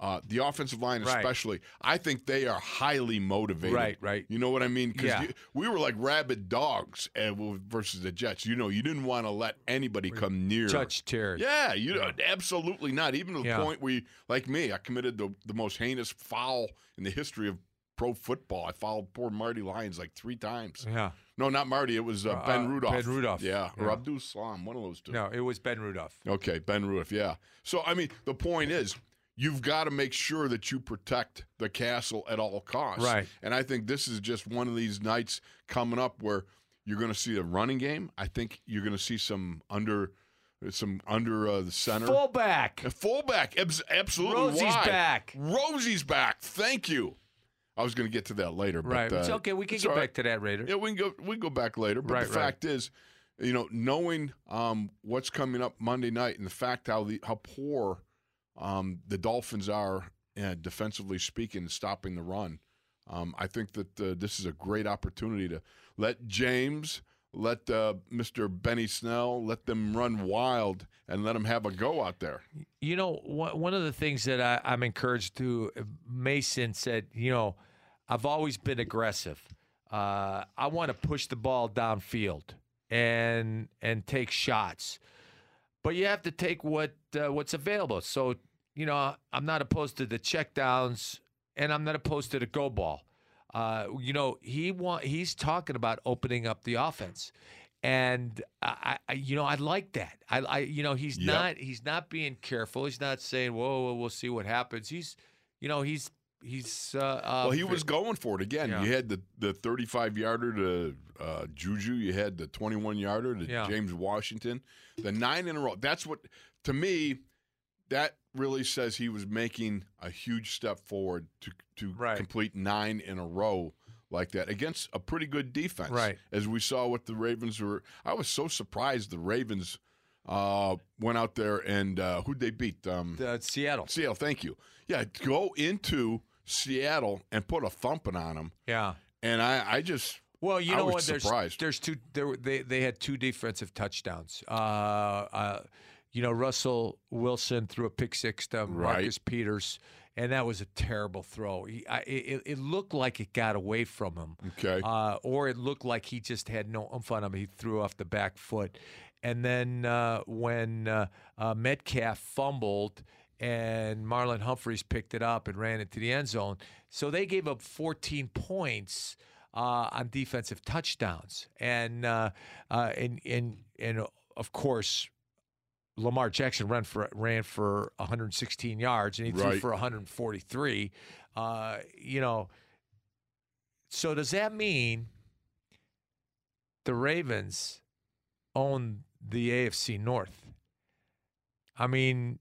S4: uh, the offensive line
S3: Right.
S4: especially, I think they are highly motivated.
S3: Right, right.
S4: You know what I mean? Because
S3: Yeah.
S4: we were like rabid dogs uh, versus the Jets. You know, you didn't want to let anybody come near.
S3: Touch Terry.
S4: Yeah, you absolutely not. Even to the
S3: Yeah.
S4: point where, you, like me, I committed the, the most heinous foul in the history of pro football. I fouled poor Marty Lyons like three times.
S3: yeah.
S4: No, not Marty. It was uh,
S3: Uh,
S4: Ben
S3: uh,
S4: Rudolph.
S3: Ben Rudolph.
S4: Yeah, or
S3: Yeah.
S4: Abdul Salam. One of those two.
S3: No, it was Ben Rudolph.
S4: Okay, Ben Rudolph, yeah. So, I mean, the point is, you've got to make sure that you protect the castle at all costs.
S3: Right.
S4: And I think this is just one of these nights coming up where you're going to see a running game. I think you're going to see some under, some under uh, the center.
S3: Fullback.
S4: A fullback, abs- absolutely.
S3: Rosie's
S4: wide.
S3: back.
S4: Rosie's back. Thank you. I was going to get to that later.
S3: Right.
S4: But,
S3: it's
S4: uh,
S3: okay. We can
S4: it's
S3: get
S4: all right.
S3: back to that later.
S4: Yeah, we can go. We can go back later. But
S3: Right,
S4: the
S3: right.
S4: fact is, you know, knowing um, what's coming up Monday night and the fact how the how poor um, the Dolphins are uh, defensively speaking, stopping the run, um, I think that uh, this is a great opportunity to let James. Let uh, Mr. Benny Snell let them run wild and let them have a go out there.
S3: You know, one one of the things that I, I'm encouraged to, Mason said, you know, I've always been aggressive. Uh, I want to push the ball downfield and and take shots, but you have to take what uh, what's available. So you know, I'm not opposed to the checkdowns, and I'm not opposed to the go ball. Uh, you know, he want he's talking about opening up the offense, and I, I you know, I like that. I, I you know, he's
S4: Yep.
S3: not he's not being careful. He's not saying, "Whoa, whoa, we'll see what happens." He's, you know, he's he's. Uh, uh,
S4: Well, he was going for it again.
S3: Yeah.
S4: You had the, the 35 yarder to uh, Juju. You had the 21 yarder to
S3: Yeah.
S4: James Washington. The nine in a row. That's what, to me, that really says he was making a huge step forward to, to
S3: Right.
S4: complete nine in a row like that against a pretty good defense.
S3: Right.
S4: As we saw what the Ravens were. I was so surprised the Ravens uh, went out there and uh, who'd they beat? Um,
S3: uh, Seattle.
S4: Seattle, thank you. Yeah, go into Seattle and put a thumping on them.
S3: Yeah.
S4: And I, I just,
S3: Well, you
S4: I
S3: know
S4: was
S3: what? There's
S4: surprised.
S3: there's two. There, were- they they had two defensive touchdowns. Uh, uh, you know, Russell Wilson threw a pick six to
S4: Right.
S3: Marcus Peters, and that was a terrible throw. He, I, it, it looked like it got away from him,
S4: okay,
S3: uh, or it looked like he just had no oomph on him. He threw off the back foot, and then uh, when uh, uh, Metcalf fumbled. And Marlon Humphreys picked it up and ran into the end zone. So they gave up 14 points uh, on defensive touchdowns, and uh, uh, and and and of course, Lamar Jackson ran for ran for 116 yards, and he threw
S4: Right.
S3: for 143. Uh, you know, so does that mean the Ravens own the AFC North? I mean,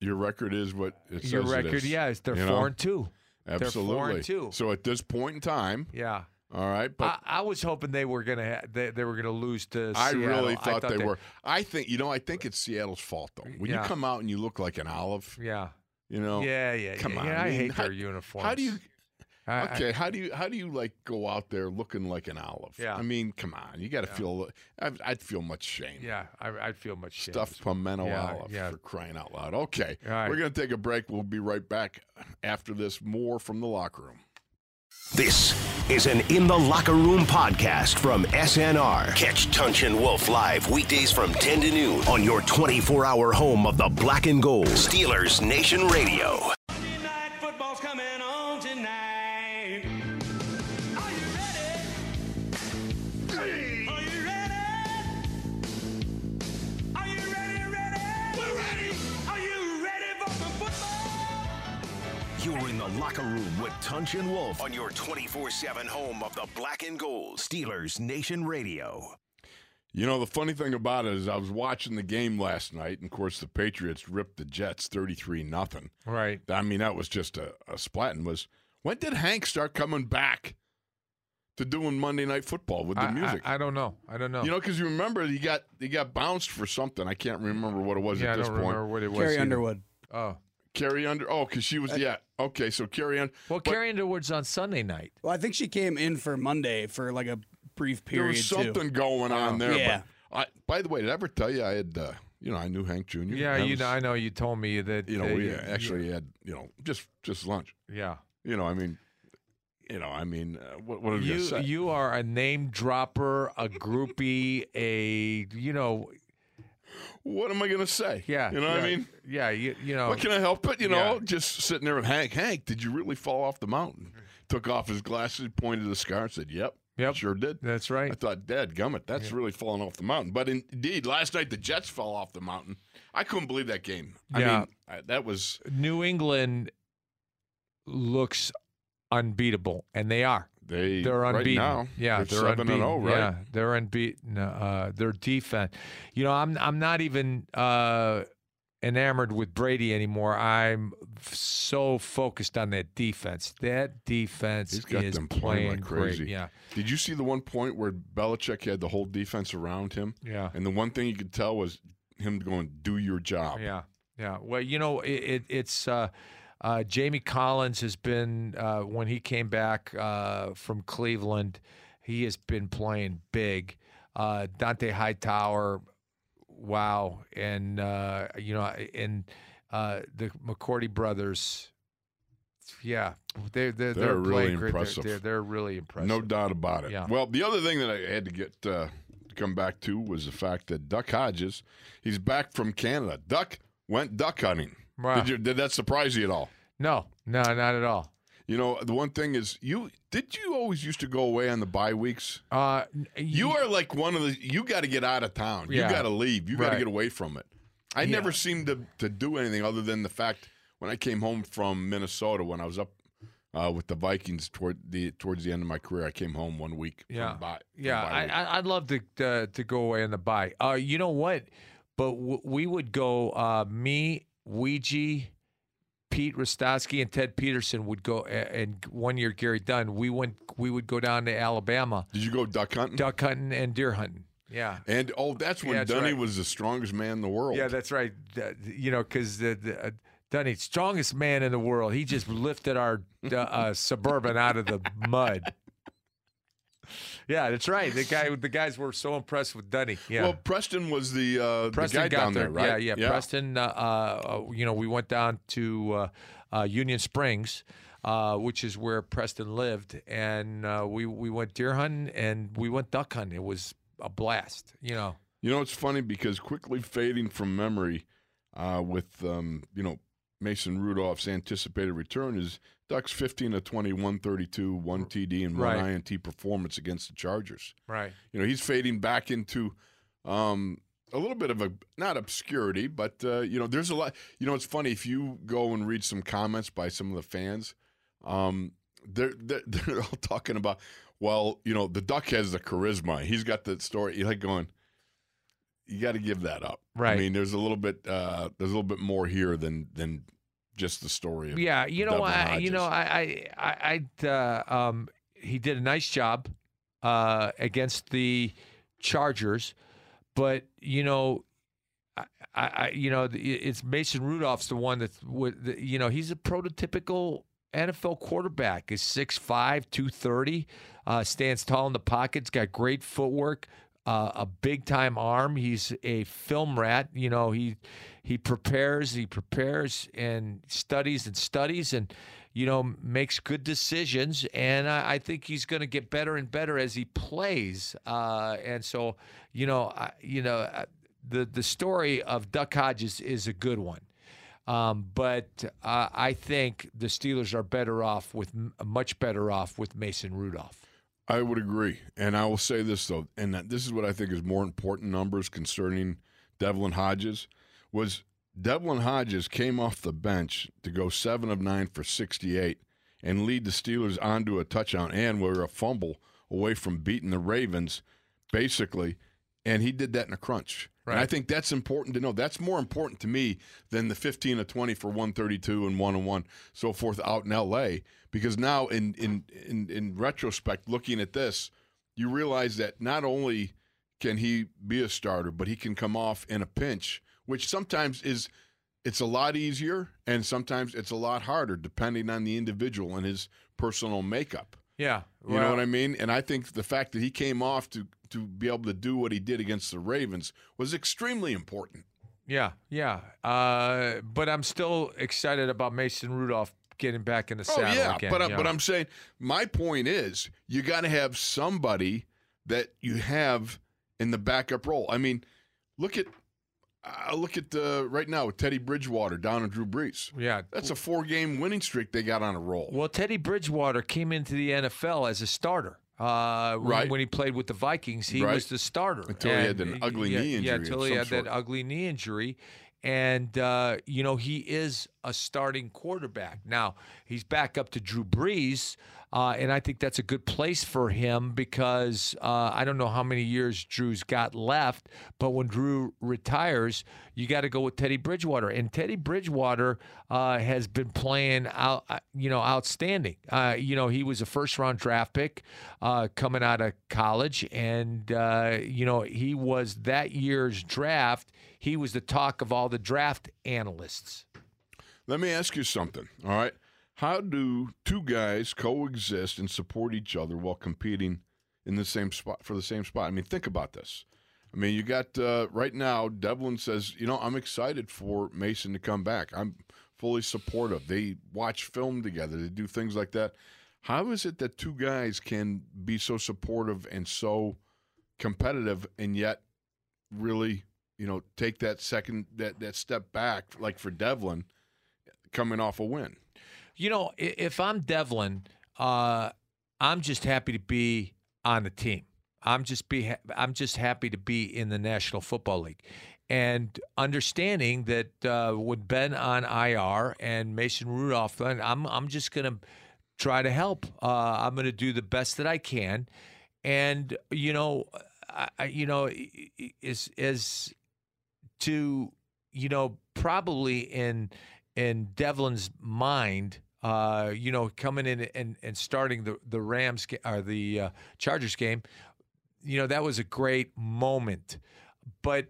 S4: your record is what it
S3: your
S4: says it
S3: record,
S4: is.
S3: yeah, it's they're
S4: you know?
S3: four and two. four and
S4: absolutely.
S3: two.
S4: So at this point in time,
S3: Yeah.
S4: all right, but
S3: I, I was hoping they were gonna ha- they, they were gonna lose to.
S4: I,
S3: Seattle.
S4: really thought, they,
S3: that-
S4: were. I think you know, I think it's Seattle's fault though. When
S3: Yeah.
S4: you come out and you look like an olive,
S3: Yeah,
S4: you know,
S3: yeah, yeah.
S4: Oh, come
S3: yeah.
S4: on,
S3: Yeah, I,
S4: I mean,
S3: hate
S4: how-
S3: their uniforms.
S4: how do you?
S3: I- I-
S4: Okay, how do you how do you like go out there looking like an olive?
S3: Yeah.
S4: I mean, come on, you got to feel. I'd, I'd feel much shame.
S3: yeah, I, I'd feel much shame.
S4: Stuffed pimento
S3: Yeah,
S4: olive
S3: yeah.
S4: for crying out loud. Okay,
S3: All right.
S4: we're gonna take a break. We'll be right back after this. More from the locker room.
S1: This is an In the Locker Room podcast from SNR. Catch Tunch and Wolf live weekdays from 10 to noon on your 24 hour home of the black and gold Steelers Nation Radio.
S5: Monday night football's coming on tonight. Are you ready? Are you ready? Are you ready, ready? We're ready. Are you ready for some football?
S1: You're in the locker room with Tunch and Wolf on your 24 7 home of the black and gold Steelers Nation Radio.
S4: You know, the funny thing about it is I was watching the game last night, and of course the Patriots ripped the Jets thirty three nothing.
S3: Right.
S4: I mean, that was just a, a splat. And was when did Hank start coming back to doing Monday Night Football with the
S3: I, I-
S4: music?
S3: I, don't know. I don't know.
S4: you know, because you remember he got he got bounced for something. I can't remember what it was
S3: yeah,
S4: at
S3: I
S4: this
S3: don't
S4: point.
S3: remember what it was.
S6: Carrie
S3: either.
S6: Underwood.
S3: Oh.
S4: Carrie Under. Oh, because she was yeah. Okay, so Carrie Under.
S3: Well, Carrie Underwood's on Sunday night.
S6: Well, I think she came in for Monday for like a brief
S4: There
S6: period.
S4: was something going on there.
S6: Yeah.
S4: But I, by the way, did I ever tell you I had uh, you know I knew Hank Jr.
S3: Yeah,
S4: That
S3: you
S4: was-
S3: know, I know you told me that.
S4: you know
S3: that
S4: we actually had you know just just lunch.
S3: Yeah.
S4: You know, I mean, you know, I mean, uh, what what did you
S3: You
S4: say?
S3: you are a name dropper, a groupie, (laughs) a you know,
S4: what am I gonna say?
S3: yeah.
S4: you know what I
S3: yeah,
S4: mean.
S3: Yeah, you you know.
S4: What can I help it? You know,
S3: Yeah.
S4: just sitting there with Hank. Hank, did you really fall off the mountain? Took off his glasses, pointed at the scar, and said, "Yep,
S3: Yep.
S4: sure did."
S3: That's
S4: I
S3: right.
S4: thought, Dad, gummit, that's really falling off the mountain. But indeed, last night the Jets fell off the mountain. I couldn't believe that game. I
S3: Yeah.
S4: mean, I, that was
S3: New England looks unbeatable, and they are.
S4: they.
S3: They're unbeaten.
S4: Right now,
S3: yeah,
S4: they're,
S3: they're,
S4: seven
S3: unbeaten.
S4: and zero, right?
S3: Yeah, they're unbeaten. Uh, their defense. You know, I'm I'm not even uh, enamored with Brady anymore. I'm f- so focused on that defense. That defense
S4: He's got
S3: is
S4: them playing like
S3: great.
S4: crazy.
S3: Yeah,
S4: Did you see the one point where Belichick had the whole defense around him,
S3: yeah,
S4: and the one thing you could tell was him going, "Do your job."
S3: yeah, yeah. Well, you know, it, it, it's. Uh, uh, Jamie Collins has been uh, when he came back uh, from Cleveland, he has been playing big. Uh, Dante Hightower, wow, and uh, you know, and uh, the McCourty brothers, yeah, they they're, they're,
S4: They're really
S3: playing great. They're-
S4: impressive.
S3: They're, they're really impressive.
S4: No doubt about it.
S3: Yeah.
S4: Well, the other thing that I had to get uh, to come back to was the fact that Duck Hodges, he's back from Canada. Duck went duck hunting.
S3: Wow.
S4: Did, you, did that surprise you at all?
S3: no, no, not at all.
S4: You know, the one thing is, you did you always used to go away on the bye weeks?
S3: Uh,
S4: You are like one of the. You got to get out of town.
S3: Yeah.
S4: You got to leave. You got to
S3: Right.
S4: get away from it. I never seemed to to do anything other than the fact when I came home from Minnesota when I was up uh, with the Vikings toward the towards the end of my career. I came home one week. from
S3: Yeah.
S4: bye- from
S3: Yeah,
S4: bye
S3: I,
S4: week.
S3: I, I'd love to uh, to go away on the buy. Uh, you know what? But w- we would go. Uh, me, Ouija, Pete Rostotsky, and Ted Peterson would go. a- And one year, Gary Dunn. We went. We would go down to Alabama,
S4: Did you go duck hunting?
S3: duck hunting and deer hunting. Yeah.
S4: And oh, that's when
S3: Yeah, that's
S4: Dunny
S3: right.
S4: was the strongest man in the world.
S3: Yeah, that's right. Th- You know, because the, the uh, Dunny, strongest man in the world, he just lifted our
S4: (laughs)
S3: uh, uh, suburban out of the mud. Yeah, that's right. The guy, the guys were so impressed with Dunny. Yeah.
S4: Well, Preston was the, uh,
S3: Preston
S4: the guy
S3: got
S4: down
S3: there.
S4: there, right?
S3: Yeah, yeah. Preston, uh, uh, you know, we went down to uh, uh, Union Springs, uh, which is where Preston lived, and uh, we we went deer hunting and we went duck hunting. It was a blast, you know.
S4: You know, it's funny because quickly fading from memory uh, with, um, you know, Mason Rudolph's anticipated return is Ducks 15 to 20, 132, one TD, and one
S3: Right.
S4: INT performance against the Chargers.
S3: Right.
S4: You know, he's fading back into um, a little bit of a, not obscurity, but, uh, you know, there's a lot. You know, it's funny if you go and read some comments by some of the fans, um, they're, they're, (laughs) they're all talking about, well, you know, the Duck has the charisma. He's got the story. You're like going, you got to give that up. I
S3: Right.
S4: mean, there's a little bit, uh, there's a little bit more here than, than just the story of
S3: Yeah, you know,
S4: Dublin
S3: I, you know,
S4: Hodges.
S3: I, I, I, I uh, um, he did a nice job uh, against the Chargers, but you know, I, I, I- you know, the- it's Mason Rudolph's the one that's, with the, you know, he's a prototypical NFL quarterback is 6'5", 230, uh, stands tall in the pockets, got great footwork, uh, a big time arm. He's a film rat. You know, he he prepares, he prepares and studies and studies and you know makes good decisions. And I, I think he's going to get better and better as he plays. Uh, and so, you know, I, you know, I- the the story of Duck Hodges is a good one. Um, but uh, I think the Steelers are better off with much better off with Mason Rudolph.
S4: I would agree, and I will say this though, and that this is what I think is more important numbers concerning Devlin Hodges was Devlin Hodges came off the bench to go seven of nine for sixty-eight and lead the Steelers onto a touchdown, and we were a fumble away from beating the Ravens, basically, and he did that in a crunch. And I
S3: Right.
S4: think that's important to know. That's more important to me than the 15 to 20 for 132 and 101, so forth out in LA. Because now, in, in, in, in retrospect, looking at this, you realize that not only can he be a starter, but he can come off in a pinch, which sometimes is it's a lot easier and sometimes it's a lot harder depending on the individual and his personal makeup.
S3: Yeah,
S4: You know what I mean? And I think the fact that he came off to to be able to do what he did against the Ravens was extremely important.
S3: Yeah, yeah. Uh, but I'm still excited about Mason Rudolph getting back in the
S4: Oh
S3: saddle
S4: yeah,
S3: again.
S4: but I,
S3: yeah.
S4: but I'm saying my point is you got to have somebody that you have in the backup role. I mean, look at I look at the right now with Teddy Bridgewater down and Drew Brees.
S3: yeah.
S4: That's a four game winning streak they got on a roll.
S3: Well, Teddy Bridgewater came into the NFL as a starter. Uh, when,
S4: Right.
S3: when he played with the Vikings, he
S4: Right.
S3: was the starter
S4: Until he had an
S3: And, uh,
S4: ugly
S3: yeah,
S4: knee
S3: Yeah,
S4: injury of
S3: until he
S4: some
S3: had
S4: sort.
S3: that ugly knee injury, and uh, you know he is a starting quarterback now. He's back up to Drew Brees, uh, and I think that's a good place for him because uh, I don't know how many years Drew's got left, but when Drew retires, you got to go with Teddy Bridgewater, and Teddy Bridgewater uh, has been playing out, uh, you know, outstanding. Uh, you know, he was a first round draft pick uh, coming out of college, and uh, you know, he was that year's draft. He was the talk of all the draft analysts.
S4: Let me ask you something. All right. How do two guys coexist and support each other while competing in the same spot for the same spot? I mean, think about this. I mean, you got uh, right now. Devlin says, you know, I'm excited for Mason to come back. I'm fully supportive. They watch film together. They do things like that. How is it that two guys can be so supportive and so competitive and yet really, you know, take that second that that step back like for Devlin coming off a win.
S3: You know, i- if I'm Devlin, uh, I'm just happy to be on the team. I'm just be ha- I'm just happy to be in the National Football League, and understanding that uh, with Ben on IR and Mason Rudolph, and I'm I'm just gonna try to help. Uh, I'm gonna do the best that I can, and you know, I, I- you know, i- i- is is to you know probably in in Devlin's mind, uh, you know, coming in and, and starting the the Rams ga- or the uh, Chargers game, you know, that was a great moment. But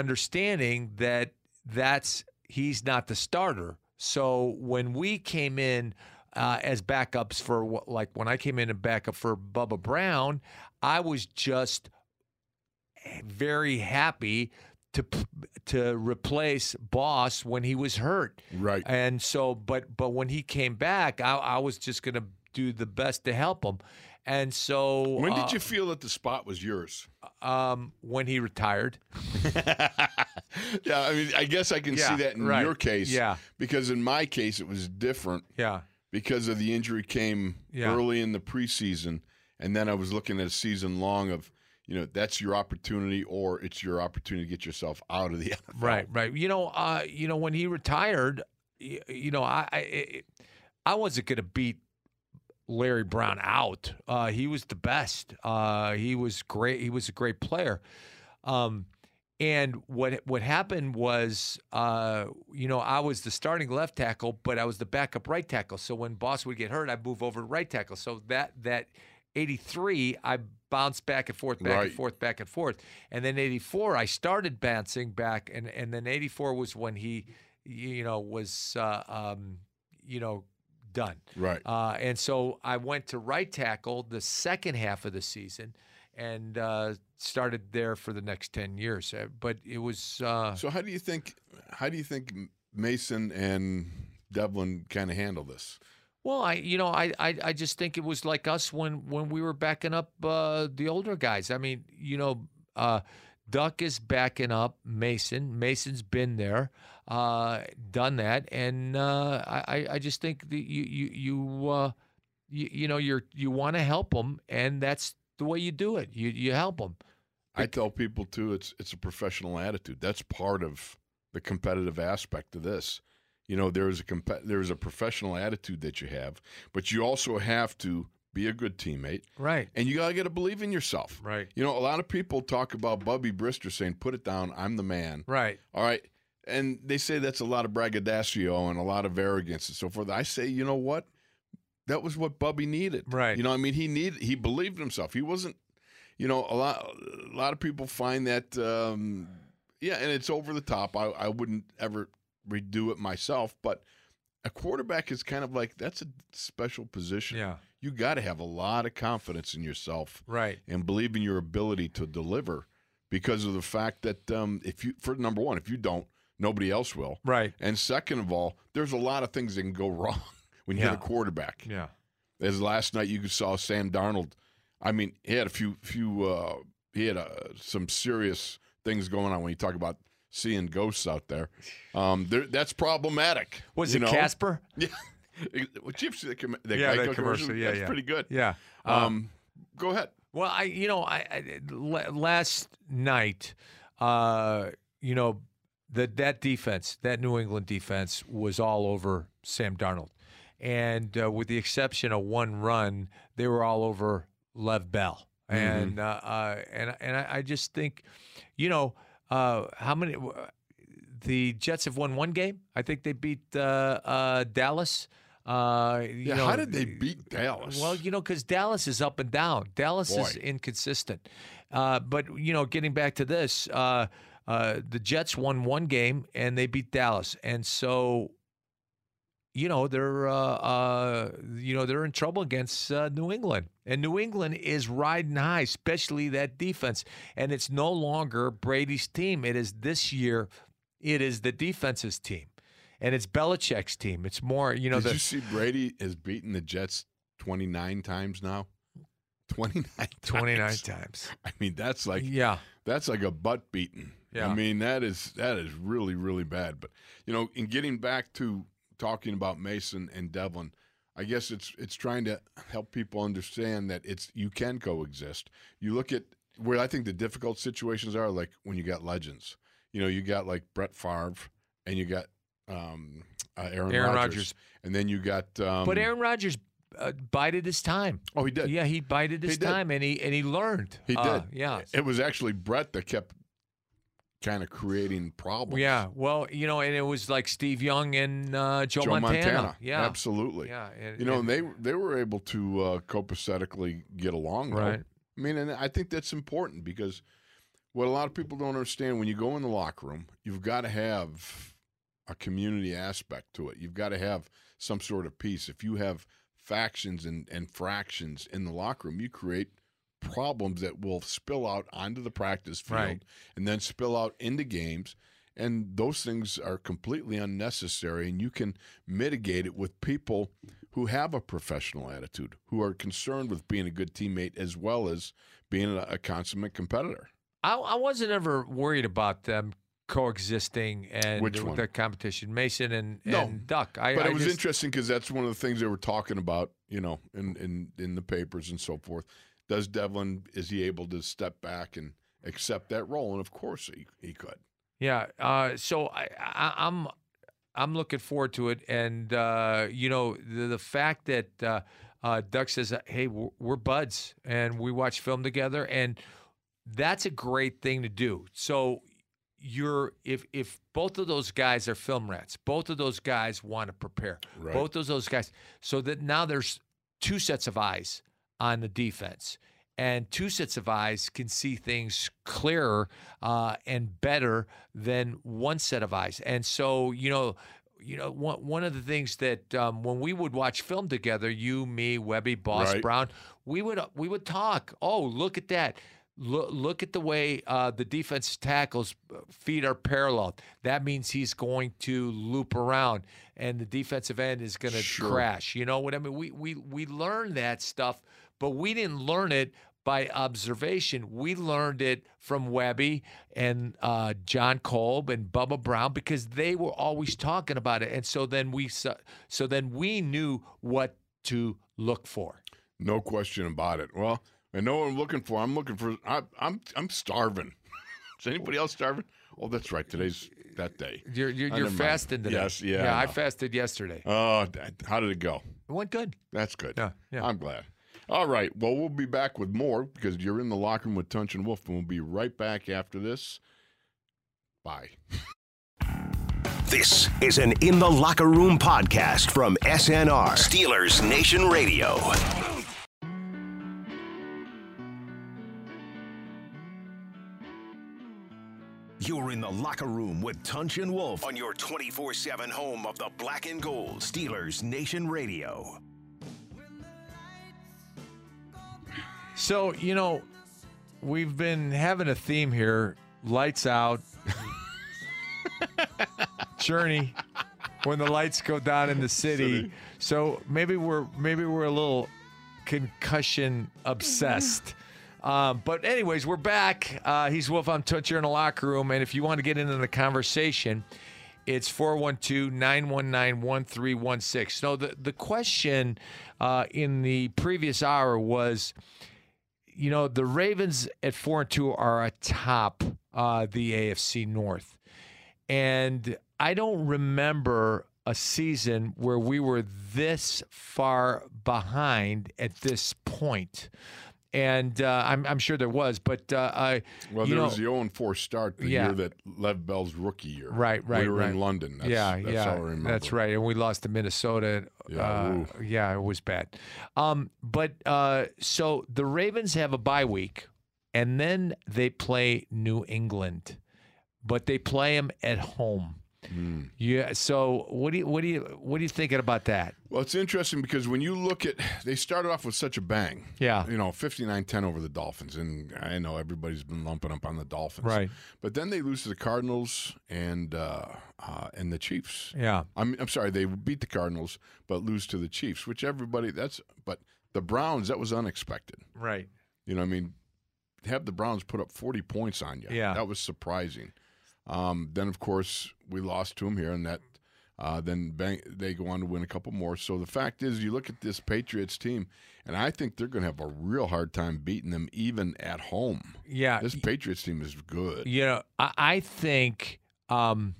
S3: understanding that that's he's not the starter. So when we came in uh, as backups for wh- like when I came in and backup for Bubba Brown, I was just very happy to p- to replace Boss when he was hurt.
S4: Right.
S3: And so, but but when he came back, I, I was just gonna do the best to help him. And so,
S4: When
S3: uh,
S4: did you feel that the spot was (laughs) yours?
S3: um, when he retired.
S4: yeah, I mean, I guess I can
S3: Yeah,
S4: see that in
S3: right.
S4: your case.
S3: Yeah.
S4: Because in my case, it was different
S3: Yeah.
S4: because of the injury came
S3: Yeah.
S4: early in the preseason, and then I was looking at a season long of, you know, that's your opportunity, or it's your opportunity to get yourself out of the. (laughs)
S3: Right, right. You know, uh, you know, when he retired, you, you know, I, I, it- I wasn't going to beat Larry Brown out. Uh, he was the best. Uh, he was great. He was a great player. Um, and what what happened was, uh, you know, I was the starting left tackle, but I was the backup right tackle. So when Boss would get hurt, I'd move over to right tackle. So that that eighty three, I bounced back and forth, back and
S4: Right.
S3: forth, back and forth. And then eighty four, I started bouncing back, and and then eighty four was when he, you know, was uh, um, you know done.
S4: Right.
S3: Uh, and so I went to right tackle the second half of the season, and uh, started there for the next ten years. Uh, But it was uh,
S4: So how do you think? How do you think Mason and Devlin kind of handle this?
S3: Well, I you know I, I I just think it was like us when when we were backing up uh, the older guys. I mean, you know, uh, Duck is backing up Mason. Mason's been there, uh, done that, and uh, I I- I just think that you you you uh, you, you know you're you want to help them, and that's the way you do it. You you help them.
S4: I tell people too, it's it's a professional attitude. That's part of the competitive aspect of this. You know, there is a comp- there is a professional attitude that you have, but you also have to be a good teammate,
S3: Right.
S4: and you gotta got to believe in yourself.
S3: Right.
S4: You know, a lot of people talk about Bubby Brister saying, "Put it down, I'm the man."
S3: Right.
S4: All right. And they say that's a lot of braggadocio and a lot of arrogance and so forth. I say, you know what? That was what Bubby needed.
S3: Right.
S4: You know, I mean, he needed, he believed in himself. He wasn't, you know, a lot, a lot of people find that, um, yeah, and it's over the top. I, I wouldn't ever redo it myself, but a quarterback is kind of like, that's a special position.
S3: Yeah.
S4: You got to have a lot of confidence in yourself
S3: Right.
S4: and believe in your ability to deliver because of the fact that um, if you for number one if you don't nobody else will
S3: Right.
S4: and second of all there's a lot of things that can go (laughs) wrong when you're
S3: Yeah.
S4: the quarterback
S3: Yeah.
S4: as last night you saw Sam Darnold I mean he had a few few uh, he had uh, some serious things going on when you talk about seeing ghosts out there um, there that's problematic
S3: Was
S4: you
S3: it
S4: know?
S3: Casper?
S4: (laughs) yeah Well, Chiefs the, com- the
S3: Yeah,
S4: Geico
S3: that commercial, yeah,
S4: that's
S3: yeah.
S4: pretty good
S3: Yeah.
S4: um, go ahead
S3: Well, I you know I, I la- last night, uh, you know that that defense, that New England defense, was all over Sam Darnold, and uh, with the exception of one run, they were all over Lev Bell,
S4: Mm-hmm.
S3: and uh, uh, and and I, I just think, you know, uh, how many. The Jets have won one game. I think they beat uh, uh, Dallas. Uh, you
S4: yeah,
S3: know,
S4: how did they beat Dallas
S3: well, you know, because Dallas is up and down. Dallas is
S4: Boy.
S3: inconsistent. Uh, but you know, getting back to this, uh, uh, the Jets won one game and they beat Dallas, and so you know they're uh, uh, you know they're in trouble against uh, New England, and New England is riding high, especially that defense. And it's no longer Brady's team; it is this year. It is the defense's team, and it's Belichick's team. It's more you know
S4: Did
S3: the
S4: you see Brady has beaten the Jets 29 times now? 29
S3: twenty nine
S4: times. (laughs)
S3: times.
S4: I mean, that's like
S3: Yeah.
S4: that's like a butt beating.
S3: Yeah.
S4: I mean, that is that is really really bad. But you know, in getting back to talking about Mason and Devlin, I guess it's it's trying to help people understand that it's you can coexist. You look at where I think the difficult situations are, like when you got legends. You know, you got like Brett Favre, and you got um, uh, Aaron,
S3: Aaron Rodgers.
S4: Rodgers, and then you got. Um,
S3: But Aaron Rodgers uh, bided his time.
S4: Oh, he did.
S3: Yeah, he bided his
S4: He did.
S3: time, and he and he learned.
S4: He
S3: Uh,
S4: did.
S3: yeah,
S4: It was actually Brett that kept kind of creating problems.
S3: yeah. Well, you know, and it was like Steve Young and uh, Joe,
S4: Joe Montana.
S3: Yeah,
S4: absolutely.
S3: Yeah, and,
S4: You know,
S3: and-
S4: and they they were able to uh, copacetically get along, though.
S3: Right.
S4: I mean, and I think that's important because what a lot of people don't understand when you go in the locker room, you've got to have a community aspect to it. You've got to have some sort of peace. If you have factions and, and fractions in the locker room, you create problems that will spill out onto the practice field
S3: Right.
S4: and then spill out into games. And those things are completely unnecessary, and you can mitigate it with people who have a professional attitude, who are concerned with being a good teammate as well as being a, a consummate competitor.
S3: I, I wasn't ever worried about them coexisting and
S4: Which
S3: with
S4: one?
S3: the competition, Mason and,
S4: No,
S3: and Duck. I,
S4: but
S3: I
S4: it was
S3: just-
S4: interesting because that's one of the things they were talking about, you know, in, in in the papers and so forth. Does Devlin is he able to step back and accept that role? And of course he, he could.
S3: Yeah. Uh, so I, I, I'm I'm looking forward to it, and uh, you know the, the fact that uh, uh, Duck says, "Hey, we're, we're buds, and we watch film together," and that's a great thing to do. So you're if if both of those guys are film rats, both of those guys want to prepare,
S4: Right.
S3: both of those guys, so that now there's two sets of eyes on the defense. And two sets of eyes can see things clearer uh, and better than one set of eyes. And so, you know, you know, one one of the things that um, when we would watch film together, you, me, Webby, Boss
S4: Right.
S3: Brown, we would uh, we would talk. Oh, look at that. Look, look at the way uh, the defensive tackles' uh, feet are parallel. That means he's going to loop around, and the defensive end is going to
S4: Sure.
S3: crash. You know what I mean? We we we learned that stuff, but we didn't learn it by observation. We learned it from Webby and uh, John Kolb and Bubba Brown because they were always talking about it, and so then we so, so then we knew what to look for.
S4: No question about it. Well, I know what I'm looking for. I'm looking for. I, I'm I'm starving. (laughs) Is anybody else starving? Oh, that's right. Today's that day.
S3: You're you're,
S4: Oh,
S3: you're
S4: never mind.
S3: fasting today.
S4: Yes, yeah,
S3: Yeah,
S4: I
S3: I,
S4: know.
S3: fasted yesterday.
S4: Oh, that- how did it go?
S3: It went good.
S4: That's good.
S3: Yeah, yeah.
S4: I'm glad. All right. Well, we'll be back with more because you're in the locker room with Tunch and Wolf, and we'll be right back after this. Bye.
S1: This is an In the Locker Room podcast from SNR, Steelers Nation Radio. You're in the locker room with Tunch and Wolf on your 24 7 home of the black and gold, Steelers Nation Radio.
S3: So you know, we've been having a theme here: lights out, (laughs) journey. When the lights go down in the city, so maybe we're maybe we're a little concussion obsessed. Um, but anyways, we're back. Uh, he's Wolf. I'm Tunch. You're in the locker room, and if you want to get into the conversation, it's 412-919-1316. No, the the question uh, in the previous hour was you know the Ravens at four and two are atop uh, the AFC North, and I don't remember a season where we were this far behind at this point. And uh, I'm, I'm sure there was, but uh, I,
S4: Well,
S3: you
S4: there
S3: know,
S4: was the 0 and 4 start the
S3: Yeah.
S4: year that Lev Bell's rookie year.
S3: Right,
S4: We
S3: right,
S4: were
S3: right.
S4: in London. That's,
S3: yeah,
S4: that's
S3: yeah,
S4: How I remember.
S3: that's right. And we lost to Minnesota.
S4: Yeah,
S3: uh,
S4: oof.
S3: yeah, it was bad. Um, but uh, so the Ravens have a bye week, and then they play New England, but they play them at home.
S4: Hmm.
S3: Yeah. So what do you what do you what are you thinking about that?
S4: Well, it's interesting because when you look at, they started off with such a bang.
S3: Yeah.
S4: You know, 59 10 over the Dolphins. And I know everybody's been lumping up on the Dolphins.
S3: Right.
S4: But then they lose to the Cardinals and uh, uh, and the Chiefs.
S3: Yeah.
S4: I'm, I'm sorry, they beat the Cardinals, but lose to the Chiefs, which everybody, that's, but the Browns, that was unexpected.
S3: Right.
S4: You know, I mean, have the Browns put up 40 points on you.
S3: Yeah.
S4: That was surprising. Um, then, of course, we lost to them here, and that uh, then bang, they go on to win a couple more. So the fact is, you look at this Patriots team, and I think they're going to have a real hard time beating them even at home.
S3: Yeah.
S4: This Patriots team is good.
S3: You know, I, I think um,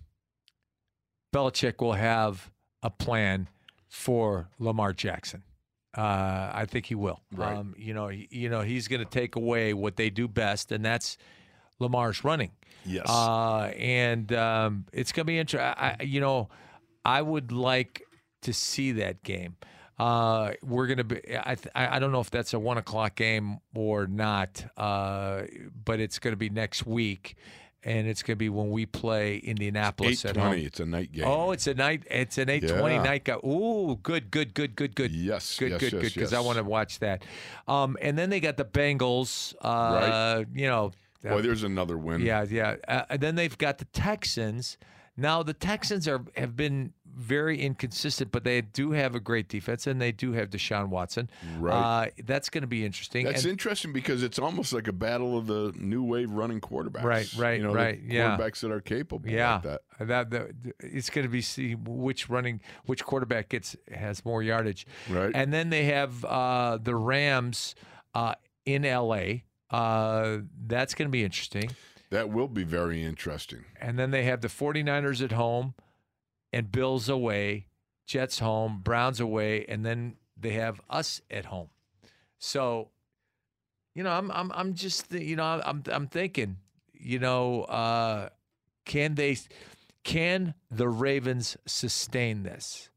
S3: Belichick will have a plan for Lamar Jackson. Uh, I think he will.
S4: Right.
S3: Um, you know, he, you know, he's going to take away what they do best, and that's Lamar's running.
S4: Yes.
S3: Uh, and um, it's going to be interesting. I, you know, I would like to see that game. Uh, we're going to be. I, th- I I don't know if that's a one o'clock game or not, uh, but it's going to be next week, and it's going to be when we play Indianapolis at
S4: 820.
S3: home.
S4: It's a night game.
S3: Oh, it's a night. It's an eight twenty
S4: Yeah.
S3: night. Go- Ooh, good, good, good, good, good.
S4: Yes,
S3: good,
S4: yes,
S3: good,
S4: yes,
S3: good. Because I
S4: yes.
S3: want to watch that. Um, and then they got the Bengals. Uh, You know,
S4: Boy, there's another win.
S3: yeah, yeah. Uh, and then they've got the Texans. Now the Texans are have been very inconsistent, but they do have a great defense, and they do have Deshaun Watson.
S4: Right.
S3: Uh, that's going to be interesting.
S4: That's
S3: and,
S4: interesting because it's almost like a battle of the new wave running quarterbacks.
S3: Right, right,
S4: you know, the
S3: right, yeah.
S4: Quarterbacks that are capable
S3: Yeah,
S4: like that.
S3: That, that it's going to be see which running which quarterback gets has more yardage.
S4: Right.
S3: And then they have uh, the Rams uh, in L.A. Uh, that's going to be interesting.
S4: That will be very interesting.
S3: And then they have the 49ers at home and Bills away, Jets home, Browns away, and then they have us at home. So, you know, I'm I'm I'm just you know, I'm I'm thinking, you know, uh can they can the Ravens sustain this?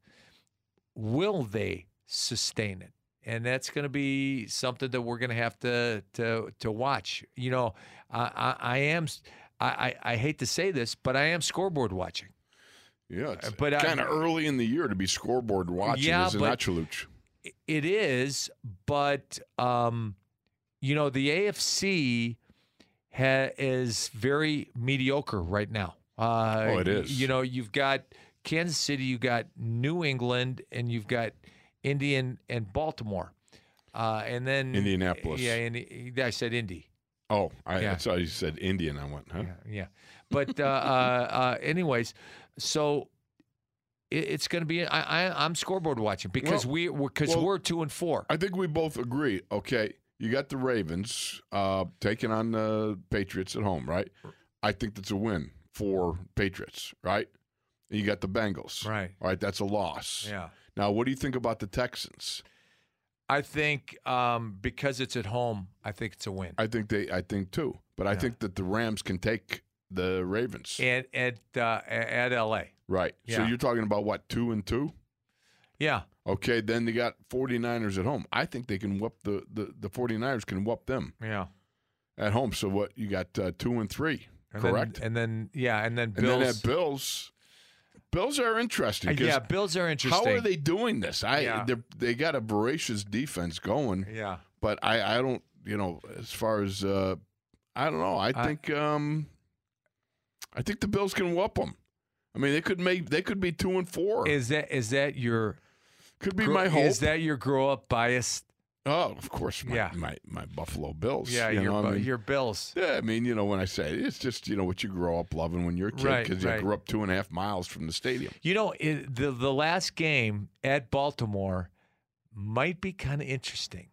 S3: Will they sustain it? And that's going to be something that we're going to have to to to watch. You know, I I, I am I, I I hate to say this, but I am scoreboard watching.
S4: Yeah, it's
S3: But, uh,
S4: kind of early in the year to be scoreboard watching
S3: Yeah,
S4: as an
S3: but-
S4: Achilooch.
S3: It is, but um, you know the AFC ha- is very mediocre right now. Uh,
S4: Oh, it is.
S3: You know, you've got Kansas City, you got New England, and you've got Indian and Baltimore, uh, and then
S4: Indianapolis.
S3: Yeah, Indi- I said Indy.
S4: Oh, I,
S3: Yeah.
S4: I saw you said Indian. I went, huh?
S3: Yeah. But uh, uh, uh, anyways, so it, it's going to be. I, I I'm scoreboard watching because
S4: Well-
S3: we because
S4: well-
S3: we're two and four.
S4: I think we both agree. Okay, you got the Ravens uh, taking on the Patriots at home, right? I think that's a win for Patriots, right? And you got the Bengals,
S3: Right.
S4: All right, that's a loss. Now, what do you think about the Texans?
S3: I think um, because it's at home, I think it's a win.
S4: I think they, I think too, but I think that the Rams can take the Ravens,
S3: And at uh, at LA.
S4: right? So
S3: Yeah.
S4: you're talking about what two and two?
S3: Yeah.
S4: Okay, then they got 49ers at home. I think they can whoop the the, the 49ers can whoop them
S3: Yeah.
S4: at home. So what you got uh, two and three,
S3: And then-
S4: correct?
S3: and then yeah, and then
S4: And
S3: Bills. Uh,
S4: then at Bills, Bills are interesting. 'cause
S3: yeah, Bills are interesting.
S4: how are they doing this? I
S3: Yeah.
S4: they're- they got a voracious defense going,
S3: Yeah.
S4: but I I don't you know as far as uh, I don't know. I
S3: I-
S4: think um, I think the Bills can whoop them. I mean, they could make they could be two and four.
S3: Is that is that your
S4: could be
S3: gro-
S4: my hope.
S3: Is that your grow up bias?
S4: oh, of course, my,
S3: Yeah.
S4: my, my Buffalo Bills.
S3: Yeah,
S4: you
S3: your,
S4: know, I
S3: bu-
S4: mean-
S3: your Bills.
S4: Yeah, I mean, you know, when I say it, it's just you know what you grow up loving when you're a kid
S3: Right,
S4: because
S3: right.
S4: you grew up two and a half miles from the stadium.
S3: You know, it, the the last game at Baltimore might be kind of interesting.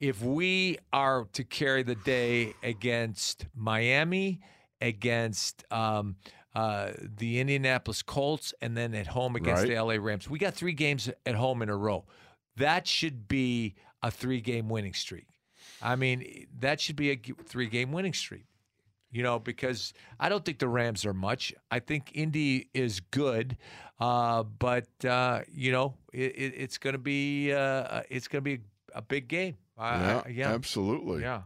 S3: If we are to carry the day against Miami, against um, uh, the Indianapolis Colts, and then at home against
S4: Right.
S3: the LA Rams, we got three games at home in a row. That should be a three game winning streak. I mean, that should be a three game winning streak. You know, because I don't think the Rams are much. I think Indy is good, uh, but uh, you know, it, it, it's going to be uh, it's going to be a big game. I, I- Uh, yeah,
S4: absolutely.
S3: yeah.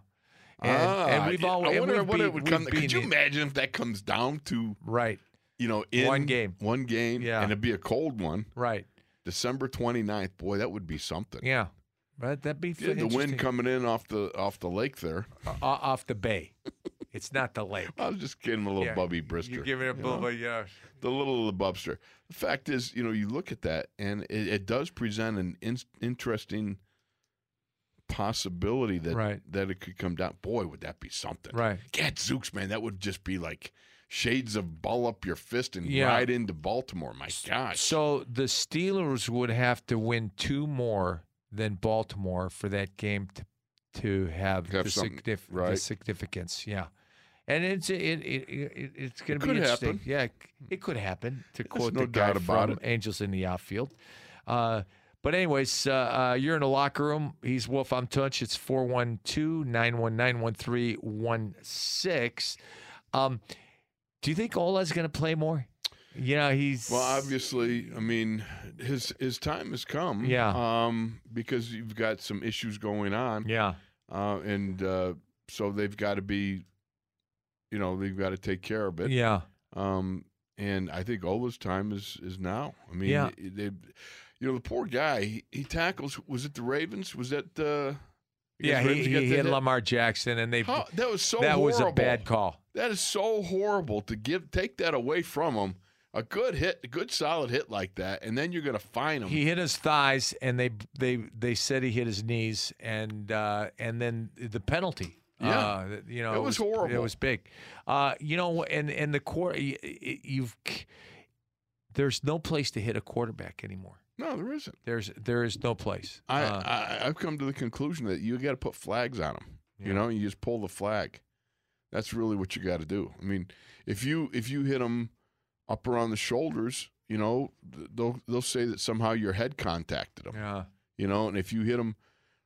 S3: And, and
S4: Ah,
S3: we've
S4: I-
S3: always
S4: I wonder
S3: and we've
S4: what
S3: beat,
S4: it would
S3: we've
S4: come. Could
S3: beaten
S4: you
S3: it.
S4: imagine if that comes down to
S3: right,
S4: you know in
S3: One game.
S4: one game,
S3: Yeah.
S4: and it'd be a cold one,
S3: right,
S4: December 29th. Boy, that would be something.
S3: yeah, but that'd be
S4: Yeah, the
S3: interesting.
S4: wind coming in off the off the lake there.
S3: O- off the bay. It's not the lake.
S4: I was just kidding, a little
S3: Yeah.
S4: Bubby Brister.
S3: You're giving it a
S4: you
S3: boo
S4: know?
S3: boo, yeah.
S4: the little lobster. The fact is, you know, you look at that, and it, it does present an in- interesting possibility that
S3: Right.
S4: that it could come down. Boy, would that be something?
S3: Right.
S4: Gadzooks, man, that would just be like shades of ball up your fist and
S3: Yeah.
S4: ride into Baltimore. My gosh.
S3: So the Steelers would have to win two more than Baltimore for that game to to have,
S4: Have
S3: the,
S4: something,
S3: signif- the
S4: right.
S3: significance. Yeah. And it's it, it, it it's going to be
S4: could
S3: interesting.
S4: happen.
S3: Yeah, it, it could happen. To quote
S4: no
S3: the guy
S4: doubt about
S3: from
S4: it.
S3: Angels in the Outfield. Uh, but anyways, uh, uh, you're in the locker room. He's Wolf. I'm Tunch. It's 412-919-1316. Um, do you think Ola's going to play more? You know, he's
S4: well, obviously, I mean, his his time has come.
S3: Yeah.
S4: Um, because you've got some issues going on.
S3: Yeah.
S4: Uh, and uh, so they've got to be, you know, they've got to take care of it.
S3: Yeah.
S4: Um, and I think Ola's time is is now. I mean,
S3: Yeah.
S4: they, you know, the poor guy. He, he tackles. Was it the Ravens? Was that the?
S3: Yeah,
S4: against
S3: he,
S4: Ravens, got
S3: he
S4: that
S3: hit
S4: hit?
S3: Lamar Jackson, and they
S4: How- that was so.
S3: that
S4: horrible.
S3: was a bad call.
S4: That is so horrible to give. Take that away from him. A good hit, a good solid hit like that, and then you're going to fine him.
S3: He hit his thighs, and they they they said he hit his knees, and uh, and then the penalty.
S4: Yeah.
S3: uh, th- you know
S4: It was
S3: It
S4: horrible.
S3: was big. Uh, you know, and and the quarter you've c- there's no place to hit a quarterback anymore.
S4: no, there isn't.
S3: There's there is no place.
S4: I,
S3: Uh,
S4: I I've come to the conclusion that you got to put flags on them.
S3: Yeah.
S4: You know, you just pull the flag. That's really what you got to do. I mean, if you if you hit them up around the shoulders, you know, th- they'll they'll say that somehow your head contacted them.
S3: yeah,
S4: You know, and if you hit them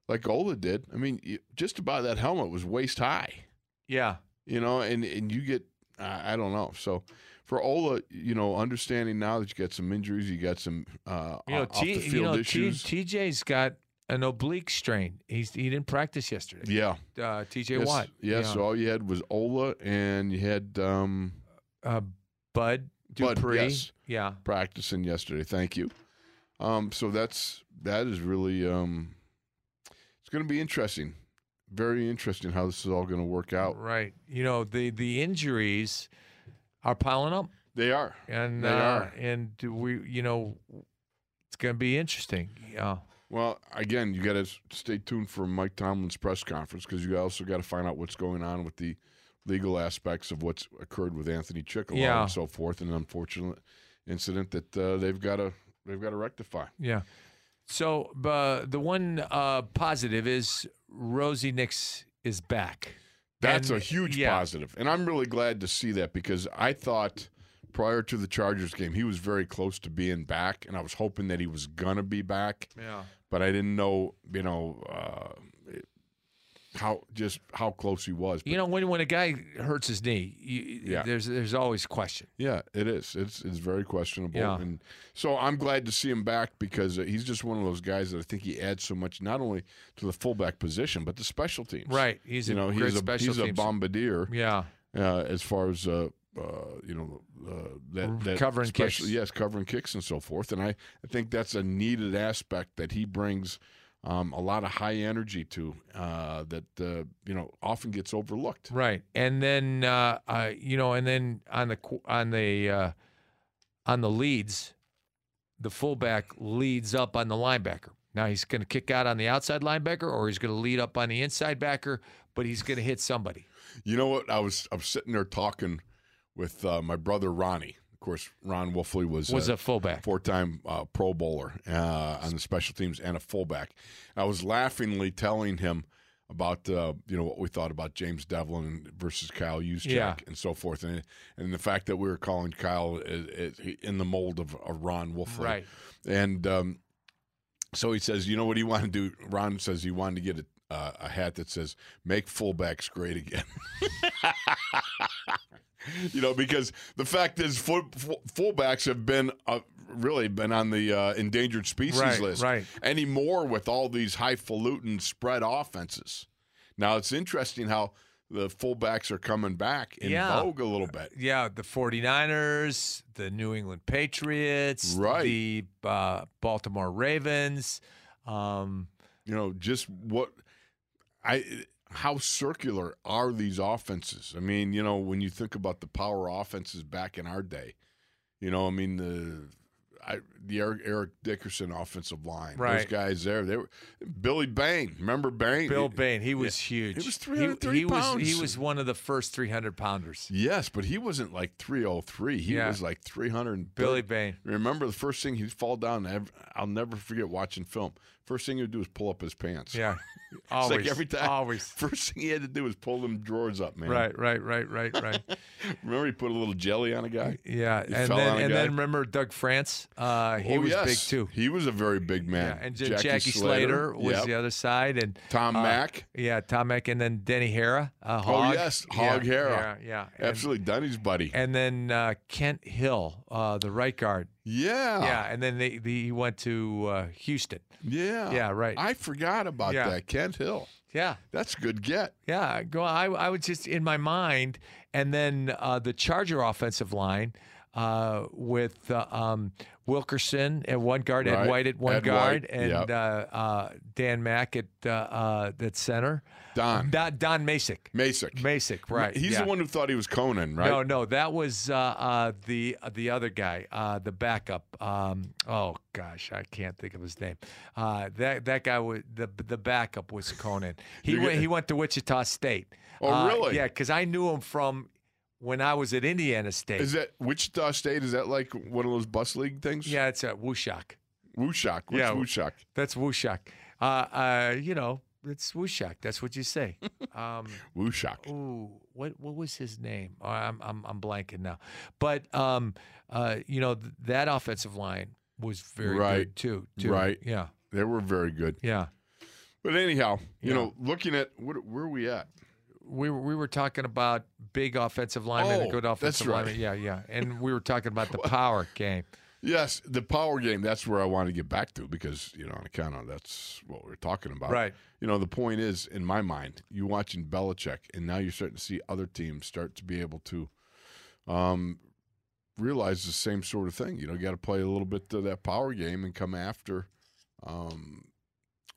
S4: like Ola did, I mean, you, just about that helmet was waist high.
S3: yeah,
S4: You know, and and you get I, I don't know. So for Ola, you know, understanding now that you got some injuries, you got some uh,
S3: you know,
S4: off the
S3: T,
S4: field
S3: you know, T,
S4: issues.
S3: TJ's got an oblique strain. He's he didn't practice yesterday.
S4: yeah.
S3: Uh, TJ
S4: yes,
S3: Watt.
S4: Yeah,
S3: you know.
S4: so all you had was Ola and you had um
S3: uh, Bud
S4: But
S3: Dupree.
S4: yes,
S3: Yeah.
S4: practicing yesterday. Thank you. Um, so that's that is really um, it's going to be interesting. Very interesting how this is all going to work out.
S3: Right. You know, the the injuries are piling up
S4: They are.
S3: and
S4: They
S3: uh,
S4: are.
S3: and do we you know it's going to be interesting. Yeah.
S4: Well, again, you got to stay tuned for Mike Tomlin's press conference because you also got to find out what's going on with the legal aspects of what's occurred with Anthony Chicolo
S3: Yeah.
S4: and so forth, an unfortunate incident that uh, they've got to they've got to rectify.
S3: Yeah. So, but the one uh, positive is Rosie Nix is back.
S4: That's
S3: And-
S4: a huge
S3: yeah.
S4: positive, and I'm really glad to see that because I thought prior to the Chargers game he was very close to being back, and I was hoping that he was gonna be back.
S3: Yeah.
S4: but I didn't know, you know, uh, it- how just how close he was. But
S3: You know, when when a guy hurts his knee, you,
S4: Yeah.
S3: there's there's always question.
S4: yeah, it is. It's it's very questionable,
S3: Yeah.
S4: and so I'm glad to see him back because uh, he's just one of those guys that I think he adds so much, not only to the fullback position but the special teams.
S3: Right. He's
S4: You
S3: a
S4: know,
S3: great
S4: he's a
S3: special
S4: he's a
S3: teams-
S4: bombardier
S3: Yeah.
S4: uh, as far as. Uh, uh, you know uh, that, that
S3: Mm. Covering
S4: special-
S3: kicks.
S4: yes, covering kicks and so forth, and I, I think that's a needed aspect that he brings um, a lot of high energy to uh, that uh, you know often gets overlooked.
S3: Right, and then uh, uh, you know, and then on the qu- on the uh, on the leads, the fullback leads up on the linebacker. Now he's going to kick out on the outside linebacker, or he's going to lead up on the inside backer, but he's going to hit somebody.
S4: You know what? I was I was sitting there talking with uh, my brother Ronnie. Of course, Ron Wolfley was
S3: Was
S4: uh,
S3: a fullback.
S4: four-time uh, Pro Bowler uh, on the special teams and a fullback. I was laughingly telling him about uh, you know what we thought about James Devlin versus Kyle Juszczyk
S3: Yeah.
S4: and so forth, and and the fact that we were calling Kyle is, is in the mold of a Ron Wolfley,
S3: Right.
S4: And um, so he says, you know what he wanted to do? Ron says he wanted to get a. Uh, a hat that says "Make fullbacks great again." (laughs) you know, because the fact is, full, full, fullbacks have been uh, really been on the uh, endangered species
S3: Right,
S4: list
S3: right.
S4: anymore with all these highfalutin spread offenses. Now it's interesting how the fullbacks are coming back in
S3: Yeah.
S4: vogue a little bit.
S3: Yeah, the 49ers, the New England Patriots,
S4: Right.
S3: the uh, Baltimore Ravens. Um,
S4: You know, just what I how circular are these offenses? I mean, you know, when you think about the power offenses back in our day, you know, I mean the I, the Eric, Eric Dickerson offensive line,
S3: Right.
S4: those guys there, they were Billy Bain. Remember Bain?
S3: Bill Bain, he was huge.
S4: was 330
S3: he was he
S4: pounds.
S3: was one of the first 300 pounders.
S4: Yes, but he wasn't like 303. He
S3: Yeah.
S4: was like 300.
S3: Billy Bain.
S4: Remember the first thing he'd fall down. ev- I'll never forget watching film. First thing he would do is pull up his (laughs) pants.
S3: Yeah.
S4: It's
S3: Always.
S4: like every time.
S3: Always.
S4: (laughs) First thing he had to do was pull them drawers up, man.
S3: Right, right, right, right, right.
S4: Remember he put a little jelly on a guy?
S3: Yeah.
S4: He
S3: and
S4: fell
S3: then
S4: on a
S3: and
S4: guy.
S3: then remember Doug France? Uh, he
S4: Oh,
S3: was
S4: yes.
S3: big too.
S4: He was a very big man.
S3: Yeah. And J- Jackie, Slater, was
S4: Yep.
S3: the other side and
S4: Tom
S3: uh,
S4: Mack.
S3: Yeah, Tom Mack and then Denny Hara. Uh, Hog.
S4: Oh, yes,
S3: Yeah,
S4: Hog Hara.
S3: Yeah, yeah. And-
S4: Absolutely Dunny's buddy.
S3: And, then uh, Kent Hill, uh, the right guard.
S4: yeah.
S3: Yeah, and then they, the, he went to uh, Houston.
S4: Yeah.
S3: Yeah, right.
S4: I forgot about
S3: Yeah.
S4: that. Kent Hill.
S3: Yeah.
S4: That's a good get.
S3: Yeah, go. I I was just in my mind, and then uh, the Charger offensive line uh, with uh, um, Wilkerson at one guard, Ed
S4: Right,
S3: White at one
S4: Ed
S3: guard,
S4: White,
S3: and
S4: yep.
S3: uh, uh, Dan Mack at uh, uh, at center.
S4: Don.
S3: Don, Don Masick.
S4: Masick.
S3: Masick, right?
S4: He's
S3: yeah.
S4: the one who thought he was Conan, right?
S3: No, no, that was uh, uh, the uh, the other guy, uh, the backup. Um, oh gosh, I can't think of his name. Uh, that that guy was the the backup was Conan. He
S4: You're
S3: went
S4: getting-
S3: he went to Wichita State.
S4: Oh,
S3: Uh,
S4: really?
S3: Yeah, because I knew him from when I was at Indiana State.
S4: Is that Wichita State? Is that like one of those bus league things?
S3: yeah, it's at Wushak.
S4: Wushak. What's
S3: Yeah.
S4: Wushak?
S3: That's Wushak. Uh, uh, you know, it's Wushak. That's what you
S4: (laughs)
S3: say. Um,
S4: Wushak.
S3: Ooh, what what was his name? Oh, I'm I'm I'm blanking now. But um, uh, you know th- that offensive line was very
S4: Right.
S3: good too. too.
S4: Right.
S3: Yeah.
S4: They were very good.
S3: Yeah.
S4: But anyhow, you
S3: Yeah.
S4: know, looking at what, where are we at?
S3: We were, we were talking about big offensive linemen and
S4: Oh,
S3: good
S4: that's
S3: offensive
S4: right.
S3: linemen. Yeah, yeah. And we were talking
S4: (laughs)
S3: about the power game.
S4: Yes, the power game. That's where I want to get back to because you know, on account of that's what we're talking about.
S3: Right.
S4: You know, the point is, in my mind, you're watching Belichick, and now you're starting to see other teams start to be able to um, realized the same sort of thing. You know, you got to play a little bit of that power game and come after, um,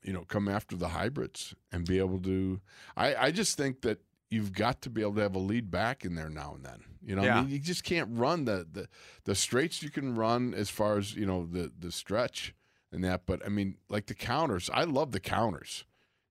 S4: you know, come after the hybrids and be able to. I, I just think that you've got to be able to have a lead back in there now and then. You know, I
S3: Yeah.
S4: mean, you just can't run the, the the straights you can run as far as you know the the stretch and that. But I mean, like the counters, I love the counters.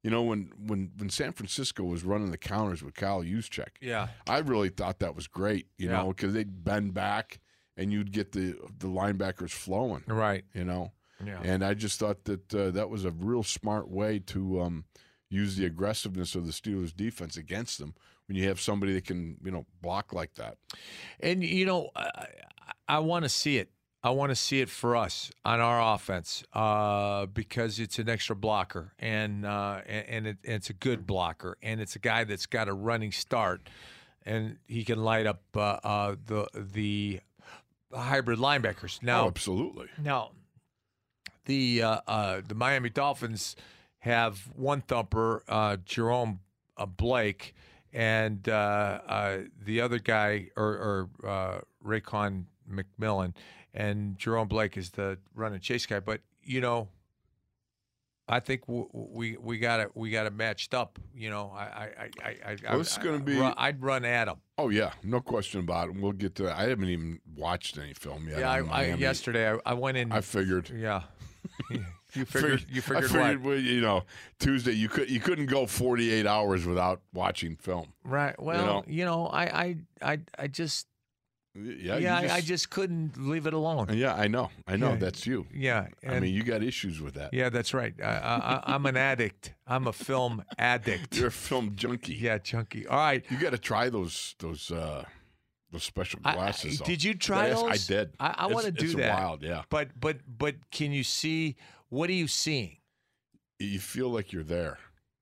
S4: You know, when when when San Francisco was running the counters with Kyle Juszczyk,
S3: Yeah.
S4: I really thought that was great, you
S3: Yeah.
S4: know, because they'd bend back and you'd get the the linebackers flowing,
S3: Right.
S4: you know.
S3: Yeah.
S4: And I just thought that uh, that was a real smart way to um, use the aggressiveness of the Steelers' defense against them when you have somebody that can, you know, block like that.
S3: And you know, I, I want to see it. I want to see it for us on our offense uh, because it's an extra blocker, and uh, and, and it, it's a good blocker, and it's a guy that's got a running start, and he can light up uh, uh, the the hybrid linebackers. Now,
S4: Oh, absolutely.
S3: now, the uh, uh, the Miami Dolphins have one thumper, uh, Jerome uh, Blake, and uh, uh, the other guy, or, or uh, Raycon McMillan, and Jerome Blake is the run and chase guy. But you know, I think w- w- we we got it we got it matched up. You know, I I I I, I
S4: Well, this is gonna be-
S3: I, I'd run at him.
S4: Oh yeah, no question about it. We'll get to that. I haven't even watched any film yet.
S3: Yeah, I,
S4: on
S3: I,
S4: Miami.
S3: yesterday I, I went in.
S4: I figured.
S3: yeah. (laughs) You figured, you figured,
S4: I figured
S3: what?
S4: well, you know Tuesday you could you couldn't go 48 hours without watching film.
S3: Right. Well, you know, I, I, I, I just,
S4: Y- Yeah,
S3: yeah,
S4: you
S3: I, I just couldn't leave it alone.
S4: yeah, I know, I know
S3: Yeah.
S4: that's you.
S3: Yeah. And,
S4: I mean, you got issues with that.
S3: yeah, that's right. I, I, I- I'm an addict. I'm a film addict.
S4: You're a film junkie.
S3: yeah, chunky. All right.
S4: you got to try those those uh those special
S3: I- I-
S4: glasses. though.
S3: did you try
S4: yes,
S3: those?
S4: I did.
S3: I- I
S4: It's-
S3: wanna do
S4: it's
S3: that.
S4: Wild, yeah.
S3: But, but, but, can you see? What are you seeing?
S4: You feel like you're there.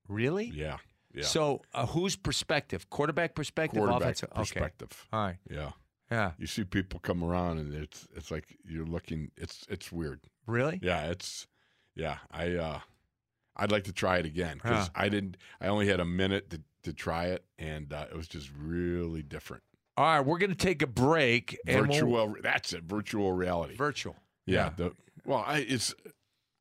S3: Really?
S4: Yeah, yeah.
S3: So, uh, whose perspective? Quarterback perspective.
S4: quarterback
S3: offensive. Okay.
S4: perspective.
S3: All right.
S4: Yeah,
S3: Yeah.
S4: you see people come around, and it's it's like you're looking. It's it's weird.
S3: Really?
S4: Yeah, it's yeah. I uh, I'd like to try it again because I didn't. I only had a minute to, to try it, and uh, it was just really different.
S3: All right. We're gonna take a break. And we'll-
S4: virtual. that's it. Virtual reality.
S3: virtual.
S4: yeah. the- well, I it's.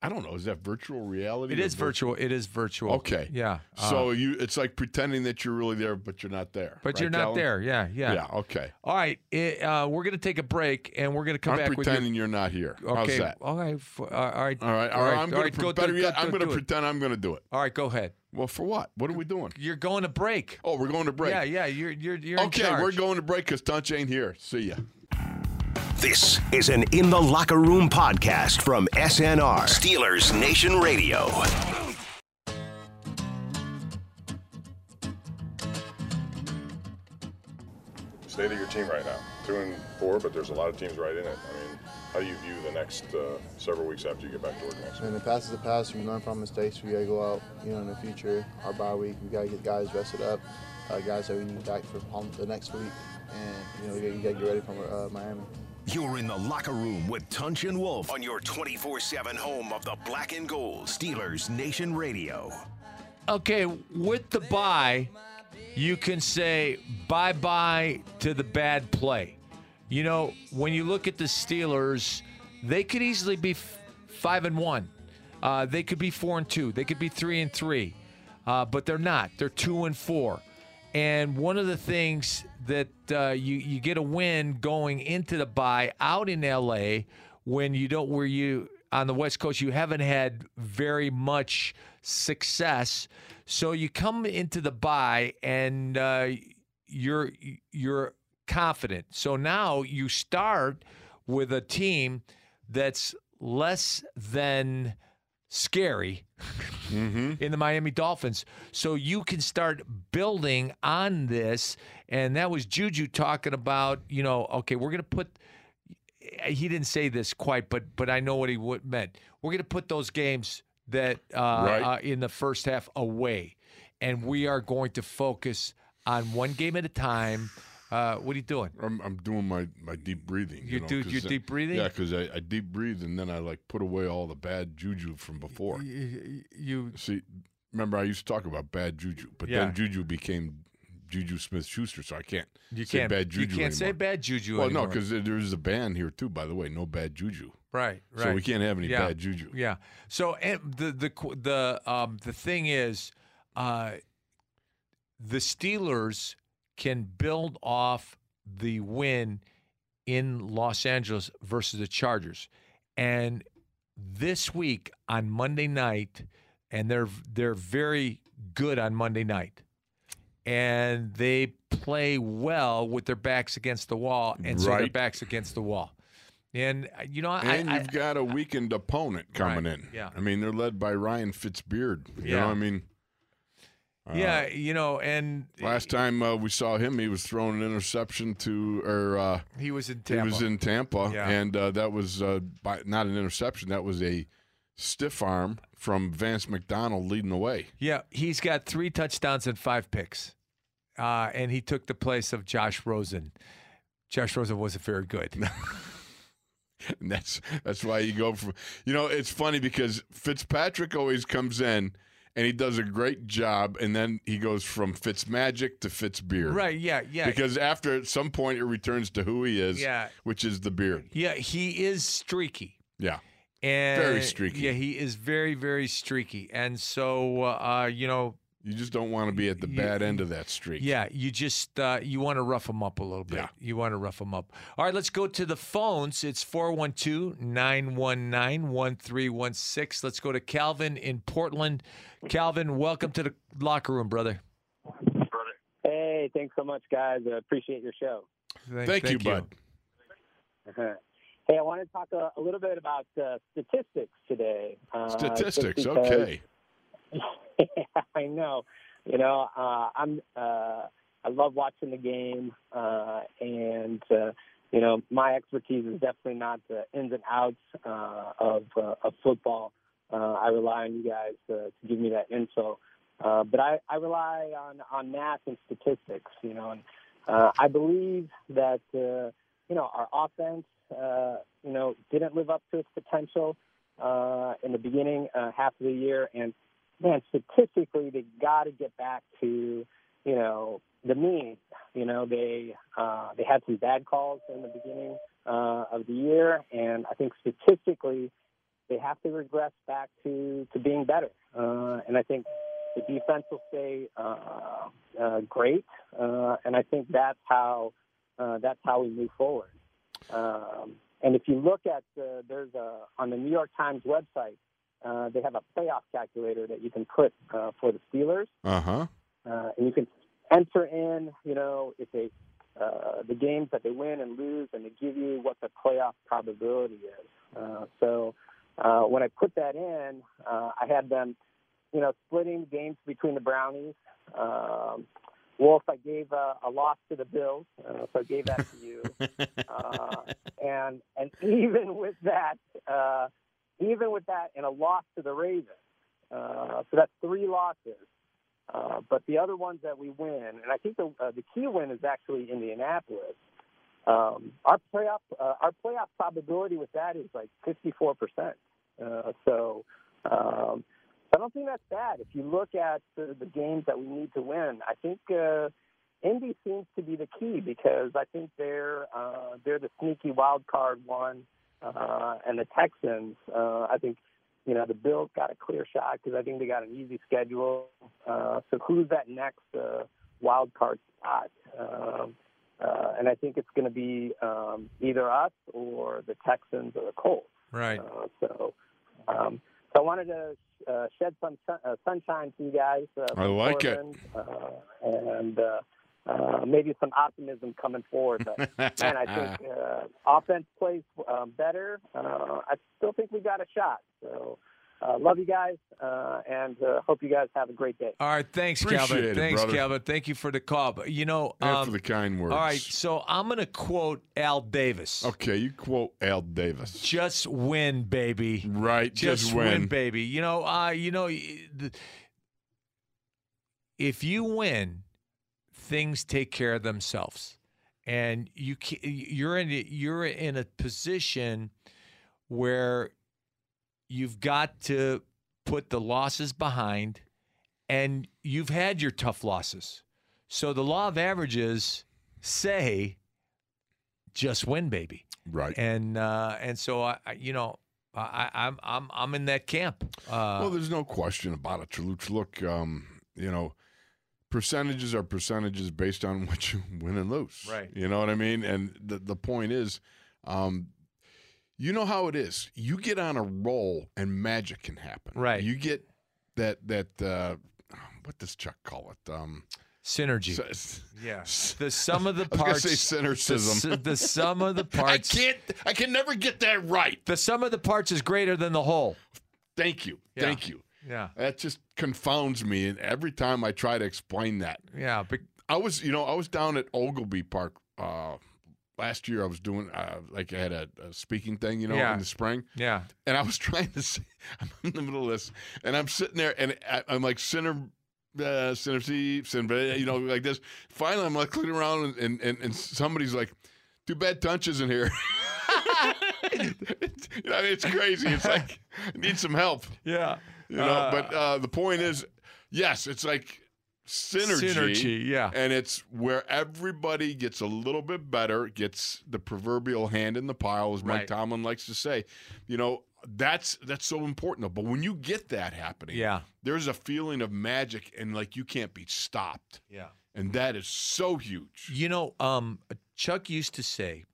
S4: I don't know. Is that virtual reality?
S3: It
S4: or
S3: is
S4: vir-
S3: virtual. It is virtual.
S4: Okay.
S3: Yeah. Uh,
S4: So you, it's like pretending that you're really there, but you're not there.
S3: but
S4: right,
S3: you're not
S4: Alan?
S3: there. Yeah.
S4: Yeah.
S3: Yeah.
S4: okay.
S3: All right, it, uh, we're going to take a break, and we're going to come
S4: I'm
S3: back with you.
S4: pretending you're not here.
S3: Okay,
S4: How's that?
S3: all right, f- uh, all right,
S4: All right. All right. I'm
S3: all
S4: gonna
S3: right.
S4: pre-
S3: Go do
S4: better
S3: it,
S4: yet,
S3: go- go
S4: I'm going to
S3: do it.
S4: pretend I'm going to do it.
S3: All right, go ahead.
S4: Well, for what? What are we doing?
S3: You're going to break.
S4: Oh, we're going to break.
S3: Yeah, yeah. You're you're you're in
S4: Okay, we're
S3: charge.
S4: going to break because Tunch ain't here. See ya.
S1: This is an In the Locker Room podcast from SNR, Steelers Nation Radio.
S7: state of your team right now? Two and four, but there's a lot of teams right in it. I mean, how do you view the next uh, several weeks after you get back to work next week?
S8: And the past is the past. We learn from mistakes. We gotta go out, you know, in the future. Our bye week, we gotta get guys rested up, uh, guys that we need back for Palm the next week, and you know, you gotta get ready for uh, Miami.
S1: You're in the locker room with Tunch and Wolf on your 24 7 home of the black and gold Steelers Nation Radio.
S3: Okay, with the bye, you can say bye bye to the bad play. You know, when you look at the Steelers, they could easily be f- five and one. Uh, they could be four and two. They could be three and three, uh, but they're not. They're two and four. And one of the things that uh, you you get a win going into the bye out in L.A. when you don't where you on the West Coast you haven't had very much success, so you come into the bye and uh, you're you're confident. So now you start with a team that's less than scary in the Miami Dolphins. So you can start building on this. And that was Juju talking about, you know, okay, we're going to put. He didn't say this quite, but but I know what he would meant. We're going to put those games that uh,
S4: Right.
S3: uh, in the first half away, and we are going to focus on one game at a time. Uh, what are you doing?
S4: I'm, I'm doing my, my deep breathing.
S3: You
S4: know,
S3: do
S4: 'cause
S3: your
S4: then-
S3: deep breathing?
S4: Yeah, because I, I deep breathe and then I like put away all the bad juju from before.
S3: You
S4: See, remember I used to talk about bad juju, but
S3: Yeah.
S4: then juju became Juju Smith Schuster, so I can't
S3: You
S4: say
S3: can't.
S4: bad
S3: you
S4: Juju
S3: can't say
S4: anymore.
S3: bad juju.
S4: Well,
S3: anymore.
S4: no, because there is a ban here too. By the way, no bad juju.
S3: right, right.
S4: So we can't have any
S3: Yeah.
S4: bad juju.
S3: Yeah. So and the the qu- the um the thing is, uh, the Steelers can build off the win in Los Angeles versus the Chargers, and this week on Monday night, and they're they're very good on Monday night. And they play well with their backs against the wall, and so their
S4: Right.
S3: backs against the wall. And uh, you know, I,
S4: And
S3: I,
S4: you've got a weakened opponent coming
S3: Right,
S4: in.
S3: yeah.
S4: I mean, they're led by Ryan Fitzbeard. You know
S3: Yeah.
S4: what I mean?
S3: Yeah, you know, and
S4: Uh, Last time uh, we saw him, he was throwing an interception to, or uh,
S3: he was in
S4: he
S3: Tampa.
S4: was in Tampa,
S3: Yeah.
S4: and uh, that was uh, by, not an interception. That was a stiff arm from Vance McDonald leading the way.
S3: yeah, he's got three touchdowns and five picks, uh, and he took the place of Josh Rosen. Josh Rosen wasn't very
S4: (laughs)
S3: good.
S4: And that's that's why you go from you know it's funny because Fitzpatrick always comes in and he does a great job and then he goes from Fitzmagic to Fitzbeard.
S3: right? Yeah, yeah,
S4: Because after at some point it returns to who he is,
S3: Yeah.
S4: which is the beard.
S3: yeah. He is streaky.
S4: Yeah.
S3: And
S4: streaky.
S3: Yeah, he is very, very streaky. And so, uh, you know,
S4: You just don't want to be at the
S3: You-
S4: bad end of that streak.
S3: yeah, you just uh, you want to rough him up a little bit.
S4: Yeah.
S3: You want to rough him up. All right, let's go to the phones. It's 412-919-1316. Let's go to Calvin in Portland. Calvin, welcome to the locker room, brother.
S9: Hey, thanks so much, guys. I appreciate your show.
S4: Thank, you, bud.
S9: hey, I want to talk a, a little bit about uh, statistics today. Uh, just
S4: Statistics,
S9: because-
S4: okay.
S9: I know. You know, uh, I'm. Uh, I love watching the game, uh, and uh, you know, my expertise is definitely not the ins and outs uh, of uh, of football. Uh, I rely on you guys uh, to give me that info, uh, but I, I rely on on math and statistics. You know, and uh, I believe that uh, you know our offense, uh, you know, didn't live up to its potential uh, in the beginning uh, half of the year, and man, statistically, they got to get back to, you know, the mean. You know, they uh, they had some bad calls in the beginning uh, of the year, and I think statistically, they have to regress back to to being better. Uh, and I think the defense will stay uh, uh, great, uh, and I think that's how uh, that's how we move forward. Um, and if you look at the, there's a on the New York Times website, uh, they have a playoff calculator that you can put uh, for the Steelers,
S4: Uh huh.
S9: uh, and you can enter in, you know, if they uh, the games that they win and lose, and they give you what the playoff probability is. Uh, so uh, when I put that in, uh, I had them, you know, splitting games between the Brownies. Um, Wolf, I gave a, a loss to the Bills, uh, so I gave that to you. uh, and and even with that, uh, even with that, and a loss to the Ravens, uh, so that's three losses. Uh, but the other ones that we win, and I think the uh, the key win is actually Indianapolis. Um, our playoff uh, our playoff probability with that is like fifty four percent. Uh, So um, I don't think that's bad. If you look at the, the games that we need to win, I think uh, Indy seems to be the key because I think they're uh, they're the sneaky wild card one, uh, and the Texans. Uh, I think you know the Bills got a clear shot because I think they got an easy schedule. Uh, so who's that next uh, wild card spot? Um, uh, and I think it's going to be um, either us or the Texans or the Colts.
S3: Right.
S9: Uh, so, um, so I wanted to uh, shed some sun, uh, sunshine to you guys. Uh,
S4: I
S9: from
S4: like it.
S9: Portland, Uh, and uh, uh, maybe some optimism coming forward. But man, I think uh, offense plays uh, better. Uh, I still think we got a shot. So, uh, love you guys, uh, and uh, hope you guys have a great day.
S3: All right, thanks, Calvin.
S4: Appreciate it,
S3: thanks,
S4: brother.
S3: Calvin. Thank you for the call. But you know,
S4: And
S3: um,
S4: for the kind words.
S3: all right. So I'm gonna quote Al Davis.
S4: Okay, you quote Al Davis.
S3: Just win, baby.
S4: Right, just,
S3: just win. baby. You know, uh, you know, y- the, if you win, things take care of themselves, and you ca you're in a- you're in a position where you've got to put the losses behind, and you've had your tough losses. So the law of averages say, just win, baby.
S4: Right.
S3: And uh, and so I, I- you know, I, I- I'm I'm I'm in that camp. Uh,
S4: well, there's no question about it, Chaluch. Look, um, you know, percentages are percentages based on (laughs) what you win and lose.
S3: Right.
S4: You know what I mean? And the, the point is, um, you know how it is. You get on a roll and magic can happen.
S3: Right.
S4: You get that, that uh, what does Chuck call it? Um,
S3: synergy.
S4: s- (laughs)
S3: yeah.
S4: s-
S3: The sum of the
S4: I was gonna
S3: parts.
S4: say
S3: The,
S4: cynicism.
S3: s- the sum of the
S4: (laughs) I
S3: parts.
S4: can't, I can never get that right.
S3: The sum of the parts is greater than the whole.
S4: Thank you.
S3: Yeah.
S4: Thank you.
S3: Yeah.
S4: That just confounds me. And every time I try to explain that,
S3: Yeah. But
S4: I was, you know, I was down at Ogilvy Park uh, last year. I was doing uh, like I had a, a speaking thing, you know,
S3: Yeah.
S4: in the spring,
S3: yeah.
S4: and I was (laughs) trying to. Say, I'm in the middle of this, and I'm sitting there, and I, I'm like center. Uh, center C, center, uh, you know, like this. Finally, I'm like looking around, and, and, and, and somebody's like, "Too bad Tunch isn't here." (laughs) you know, I mean, it's crazy. It's like I need some help,
S3: Yeah.
S4: you know. but uh, the point is, yes, it's like synergy,
S3: synergy. Yeah.
S4: and it's where everybody gets a little bit better, gets the proverbial hand in the pile, as
S3: Right.
S4: Mike Tomlin likes to say. You know, that's that's so important. Though. But when you get that happening,
S3: Yeah.
S4: there's a feeling of magic, and like you can't be stopped,
S3: Yeah.
S4: and that is so huge.
S3: You know, um, Chuck used to say,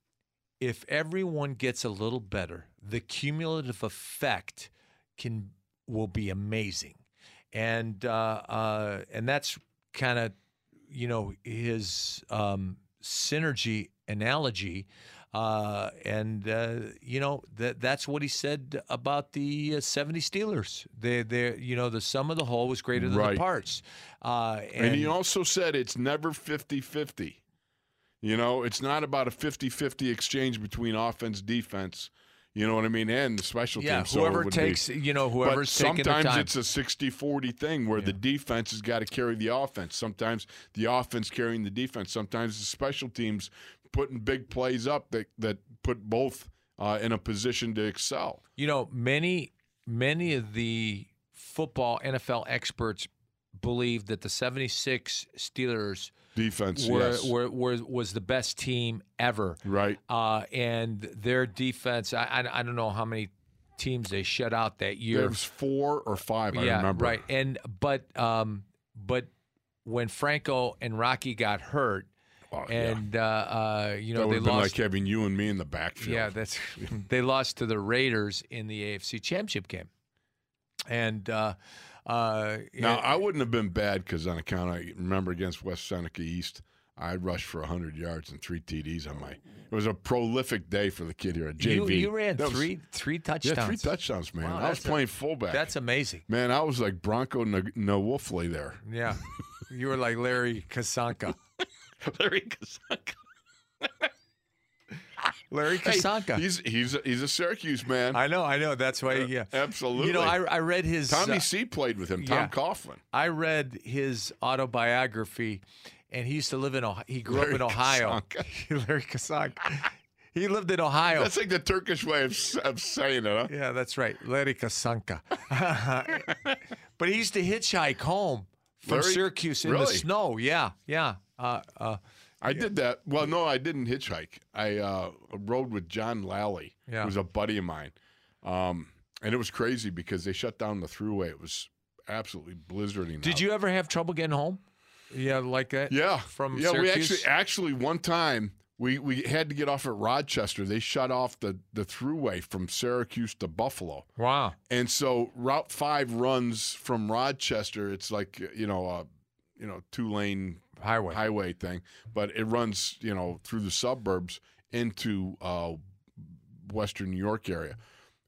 S3: if everyone gets a little better, the cumulative effect can will be amazing, and uh, uh, and that's kind of you know his um, synergy analogy. Uh, and uh, you know that that's what he said about the uh, 70 Steelers. They they you know the sum of the whole was greater than
S4: Right.
S3: the parts. Uh,
S4: And, he also said it's never 50-50. You know, it's not about a 50-50 exchange between offense, defense. You know what I mean? And the special
S3: yeah,
S4: teams. So it
S3: whoever
S4: would be-
S3: takes you know whoever's
S4: but sometimes
S3: taking the time.
S4: it's a 60-40 thing where the defense has got to carry the offense. Sometimes the offense carrying the defense. Sometimes the special teams putting big plays up that that put both uh, in a position to excel.
S3: you know, many many of the football NFL experts believe that the 76 Steelers
S4: Defense,
S3: were,
S4: yes,
S3: were, were was the best team ever.
S4: right.
S3: Uh, and their defense, I, I I don't know how many teams they shut out that year.
S4: There was four or five. I
S3: yeah,
S4: remember.
S3: right. And but um but when Franco and Rocky got hurt
S4: Oh, yeah.
S3: and uh, uh you know
S4: that would
S3: they
S4: have been
S3: lost
S4: like having you and me in the backfield.
S3: Yeah, that's (laughs) they lost to the Raiders in the AFC Championship game, and uh, uh,
S4: Now
S3: yeah,
S4: I wouldn't have been bad because on account I remember against West Seneca East, I rushed for hundred yards and three TDs on my. It was a prolific day for the kid here at JV.
S3: you, you ran
S4: That was-
S3: three three
S4: yeah,
S3: touchdowns.
S4: three touchdowns, man.
S3: Wow,
S4: I was
S3: that's a-
S4: playing fullback.
S3: That's amazing.
S4: man, I was like Bronco N- Nwufle there.
S3: Yeah, you were like Larry Kasanka.
S4: (laughs) Larry Kasanka.
S3: Larry Kasanka.
S4: he's he's a, he's a Syracuse man.
S3: I know, I know. That's why. Yeah,
S4: Uh, Absolutely.
S3: you know, I, I read his uh,
S4: Tommy C played with him. Tom
S3: yeah.
S4: Coughlin.
S3: I read his autobiography, and he used to live in Ohio. He grew up in
S4: Larry
S3: Ohio. (laughs) Larry Kasanka. He lived in Ohio.
S4: That's like the Turkish way of, s- of saying it. Huh?
S3: Yeah, that's right. Larry Kasanka. (laughs) but he used to hitchhike home from
S4: Larry-
S3: Syracuse in the
S4: really?
S3: snow. Yeah, yeah. Uh, uh,
S4: I did that. Well, no, I didn't hitchhike. I uh, rode with John Lally,
S3: Yeah.
S4: who was a buddy of mine. Um, and it was crazy because they shut down the throughway. It was absolutely blizzarding.
S3: did
S4: out.
S3: you ever have trouble getting home? Yeah, like that?
S4: Yeah.
S3: From
S4: yeah, we
S3: Syracuse?
S4: actually actually one time we, we had to get off at Rochester. They shut off the the throughway from Syracuse to Buffalo.
S3: wow.
S4: And so Route Five runs from Rochester. It's like you know, uh, you know, two lane
S3: Highway.
S4: highway thing, but it runs you know through the suburbs into uh, Western New York area.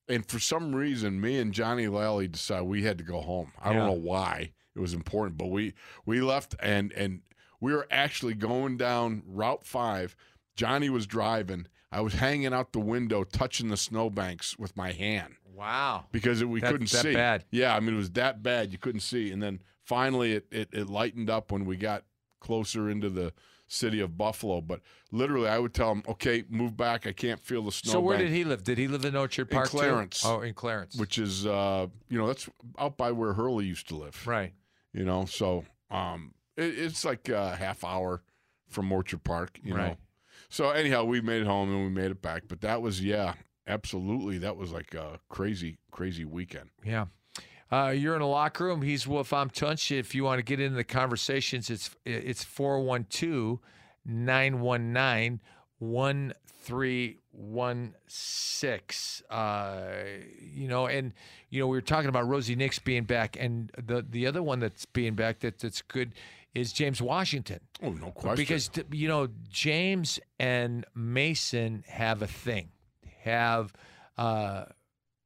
S4: And for some reason, me and Johnny Lally decided we had to go home. I
S3: Yeah.
S4: don't know why it was important, but we we left and and we were actually going down Route Five. Johnny was driving. I was hanging out the window, touching the snowbanks with my hand
S3: Wow.
S4: because it, we
S3: That-
S4: couldn't
S3: that
S4: see.
S3: bad.
S4: Yeah, I mean it was that bad you couldn't see, and then finally it, it it lightened up when we got closer into the city of Buffalo. But literally, I would tell him, "Okay, move back. I can't feel the snow."
S3: so where did
S4: bank,"
S3: he live? Did he live in Orchard
S4: In
S3: Park? too?
S4: Clarence.
S3: Oh, in Clarence.
S4: Which is uh, you know that's out by where Hurley used to live.
S3: right.
S4: You know, so um, It, it's like a half hour from Orchard Park, you know.
S3: Right.
S4: So anyhow, we made it home and we made it back. But that was yeah, absolutely. That was like a crazy, crazy weekend.
S3: Yeah. Uh, you're in a locker room. He's Wolf. I'm Tunch. If you want to get into the conversations, it's it's 412 919 1316. Uh, You know, and, you know, we were talking about Rosie Nix being back, and the, the other one that's being back that, that's good is James Washington.
S4: Oh, no question.
S3: Because t- you know James and Mason have a thing, have, uh,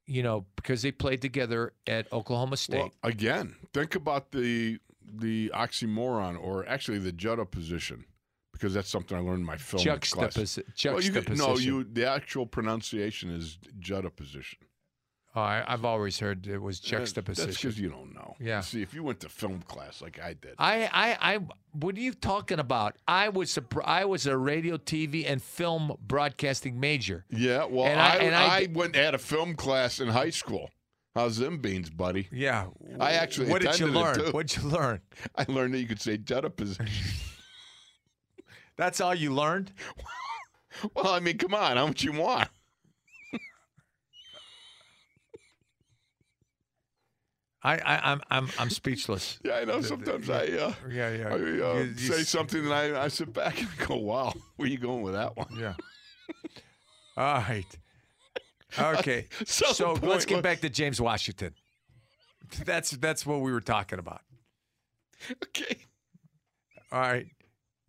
S3: you know, because they played together at Oklahoma State.
S4: Well, again, think about the the oxymoron, or actually the juxtaposition, because that's something I learned in my film
S3: Juxtapos-
S4: class. Well, you could-
S3: juxtaposition.
S4: no, you the actual pronunciation is juxtaposition.
S3: Oh, I, I've always heard it was
S4: That- That's
S3: juxtaposition.
S4: because you don't know.
S3: Yeah.
S4: See, if you went to film class like I did,
S3: I, I, I, what are you talking about? I was, a, I was a radio, TV, and film broadcasting major.
S4: yeah. Well,
S3: And
S4: I,
S3: I-
S4: I,
S3: and I d-
S4: went had a film class in high school. How's them beans, buddy?
S3: Yeah.
S4: I actually
S3: What did you
S4: attended it,
S3: learn?
S4: too.
S3: What did you learn?
S4: (laughs) I learned that you could
S3: (laughs)
S4: say juxtaposition.
S3: That's all you learned?
S4: well, I mean, come on, how much you want? (laughs)
S3: I, I, I'm, I'm, I'm speechless.
S4: Yeah, I know. Sometimes I. Uh,
S3: Yeah, yeah.
S4: I uh,
S3: You- you
S4: say
S3: s-
S4: something and I, I sit back and go, wow, (laughs) where you going with that one? (laughs)
S3: Yeah. (laughs) All right. Okay.
S4: (laughs) So the
S3: So let's
S4: point
S3: get
S4: was-
S3: back to James Washington. That's that's what we were talking about.
S4: Okay.
S3: All right.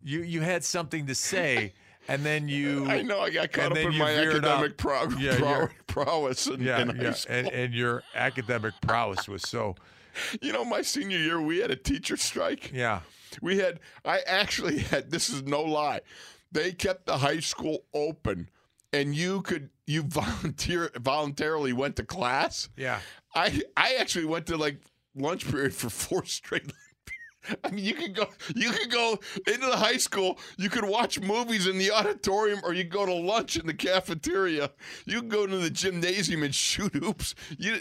S3: You you had something to
S4: (laughs)
S3: say, and then you
S4: I know I got caught
S3: and
S4: up
S3: then
S4: in
S3: you
S4: my
S3: veered
S4: academic
S3: up.
S4: pro-
S3: Yeah,
S4: pro-
S3: you're-
S4: prowess in,
S3: yeah,
S4: in high
S3: yeah,
S4: school.
S3: and, and your academic prowess was so
S4: you know, my senior year, we had a teacher strike.
S3: yeah.
S4: We had, I actually (laughs) had, this is no lie, they kept the high school open and you could, you (laughs) volunteer voluntarily went to class.
S3: Yeah.
S4: I I actually went to like lunch period for four (laughs) straight. lunch periods. I mean, you could go you could go into the high school. You could watch movies in the auditorium, or you go to lunch in the cafeteria. You could go to the gymnasium and shoot hoops. You,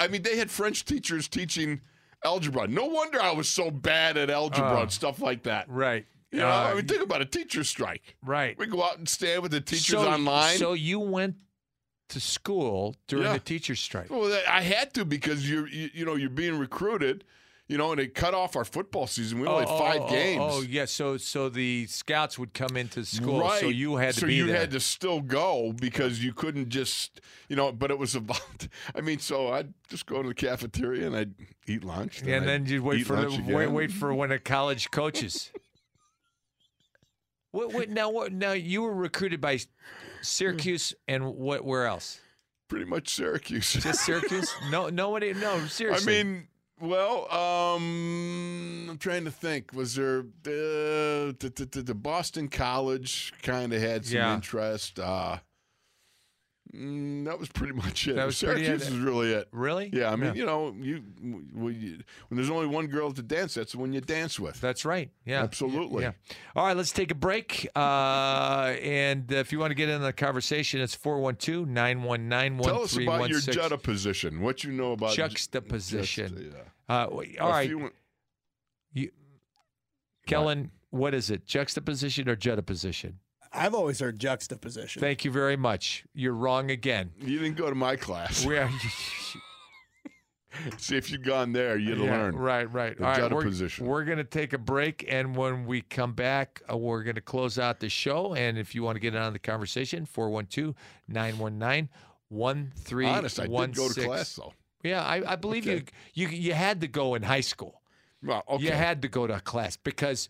S4: I mean, they had French teachers teaching algebra. No wonder I was so bad at algebra and stuff like that.
S3: Right.
S4: You know,
S3: Oh. Uh,
S4: I mean, think about a teacher strike.
S3: right.
S4: We go out and stand with the teachers
S3: so,
S4: online.
S3: So you went to school during
S4: Yeah.
S3: the teacher's strike.
S4: Well, that- I had to because you're you, you know you're being recruited, you know, and it cut off our football season. We only had five
S3: oh, oh,
S4: games.
S3: Oh, yeah. So so the scouts would come into school.
S4: Right.
S3: So you had to
S4: so
S3: be
S4: you
S3: there.
S4: had to still go because you couldn't just you know. But it was about. (laughs) I mean, so I'd just go to the cafeteria and I'd eat lunch.
S3: and
S4: I'd
S3: then you'd wait
S4: eat
S3: for the,
S4: lunch
S3: wait,
S4: again.
S3: wait for one of college coaches. (laughs) what, what now? What now? You were recruited by Syracuse and what? Where else?
S4: Pretty much Syracuse.
S3: Just
S4: (laughs)
S3: Syracuse? no, nobody. No,
S4: I
S3: seriously.
S4: mean, well, um, I'm trying to think. Was there uh, the, the, the, the Boston College kind of had some
S3: Yeah.
S4: interest? Uh, mm, that was pretty (laughs) much it.
S3: That was pretty
S4: Syracuse
S3: it.
S4: is really it.
S3: really?
S4: Yeah, I mean, you know, you, well, you when there's only one girl to dance, that's the one you dance with.
S3: That's right. Yeah.
S4: Absolutely.
S3: Yeah. All right, let's take a break. Uh, (laughs) and if you want to get in the conversation, it's 412 919
S4: Tell us about your jutta position. What you know about
S3: Juxtaposition.
S4: Just, yeah.
S3: Uh, wait, all
S4: If
S3: right,
S4: you want-
S3: Kellen, what is it? Juxtaposition or juxtaposition?
S6: I've always heard juxtaposition.
S3: Thank you very much. You're wrong again.
S4: you didn't go to my class.
S3: We are,
S4: (laughs) See, if you'd gone there, you'd have
S3: yeah,
S4: learned.
S3: Right, right.
S4: The
S3: All right,
S4: jutta
S3: we're,
S4: position.
S3: We're going to take a break, and when we come back, uh, we're going to close out the show. And if you want to get in on the conversation, 412 919
S4: Honest, I did go to class, though.
S3: Yeah, I, I believe you, you. You had to go in high school.
S4: Well, okay.
S3: You had to go to class because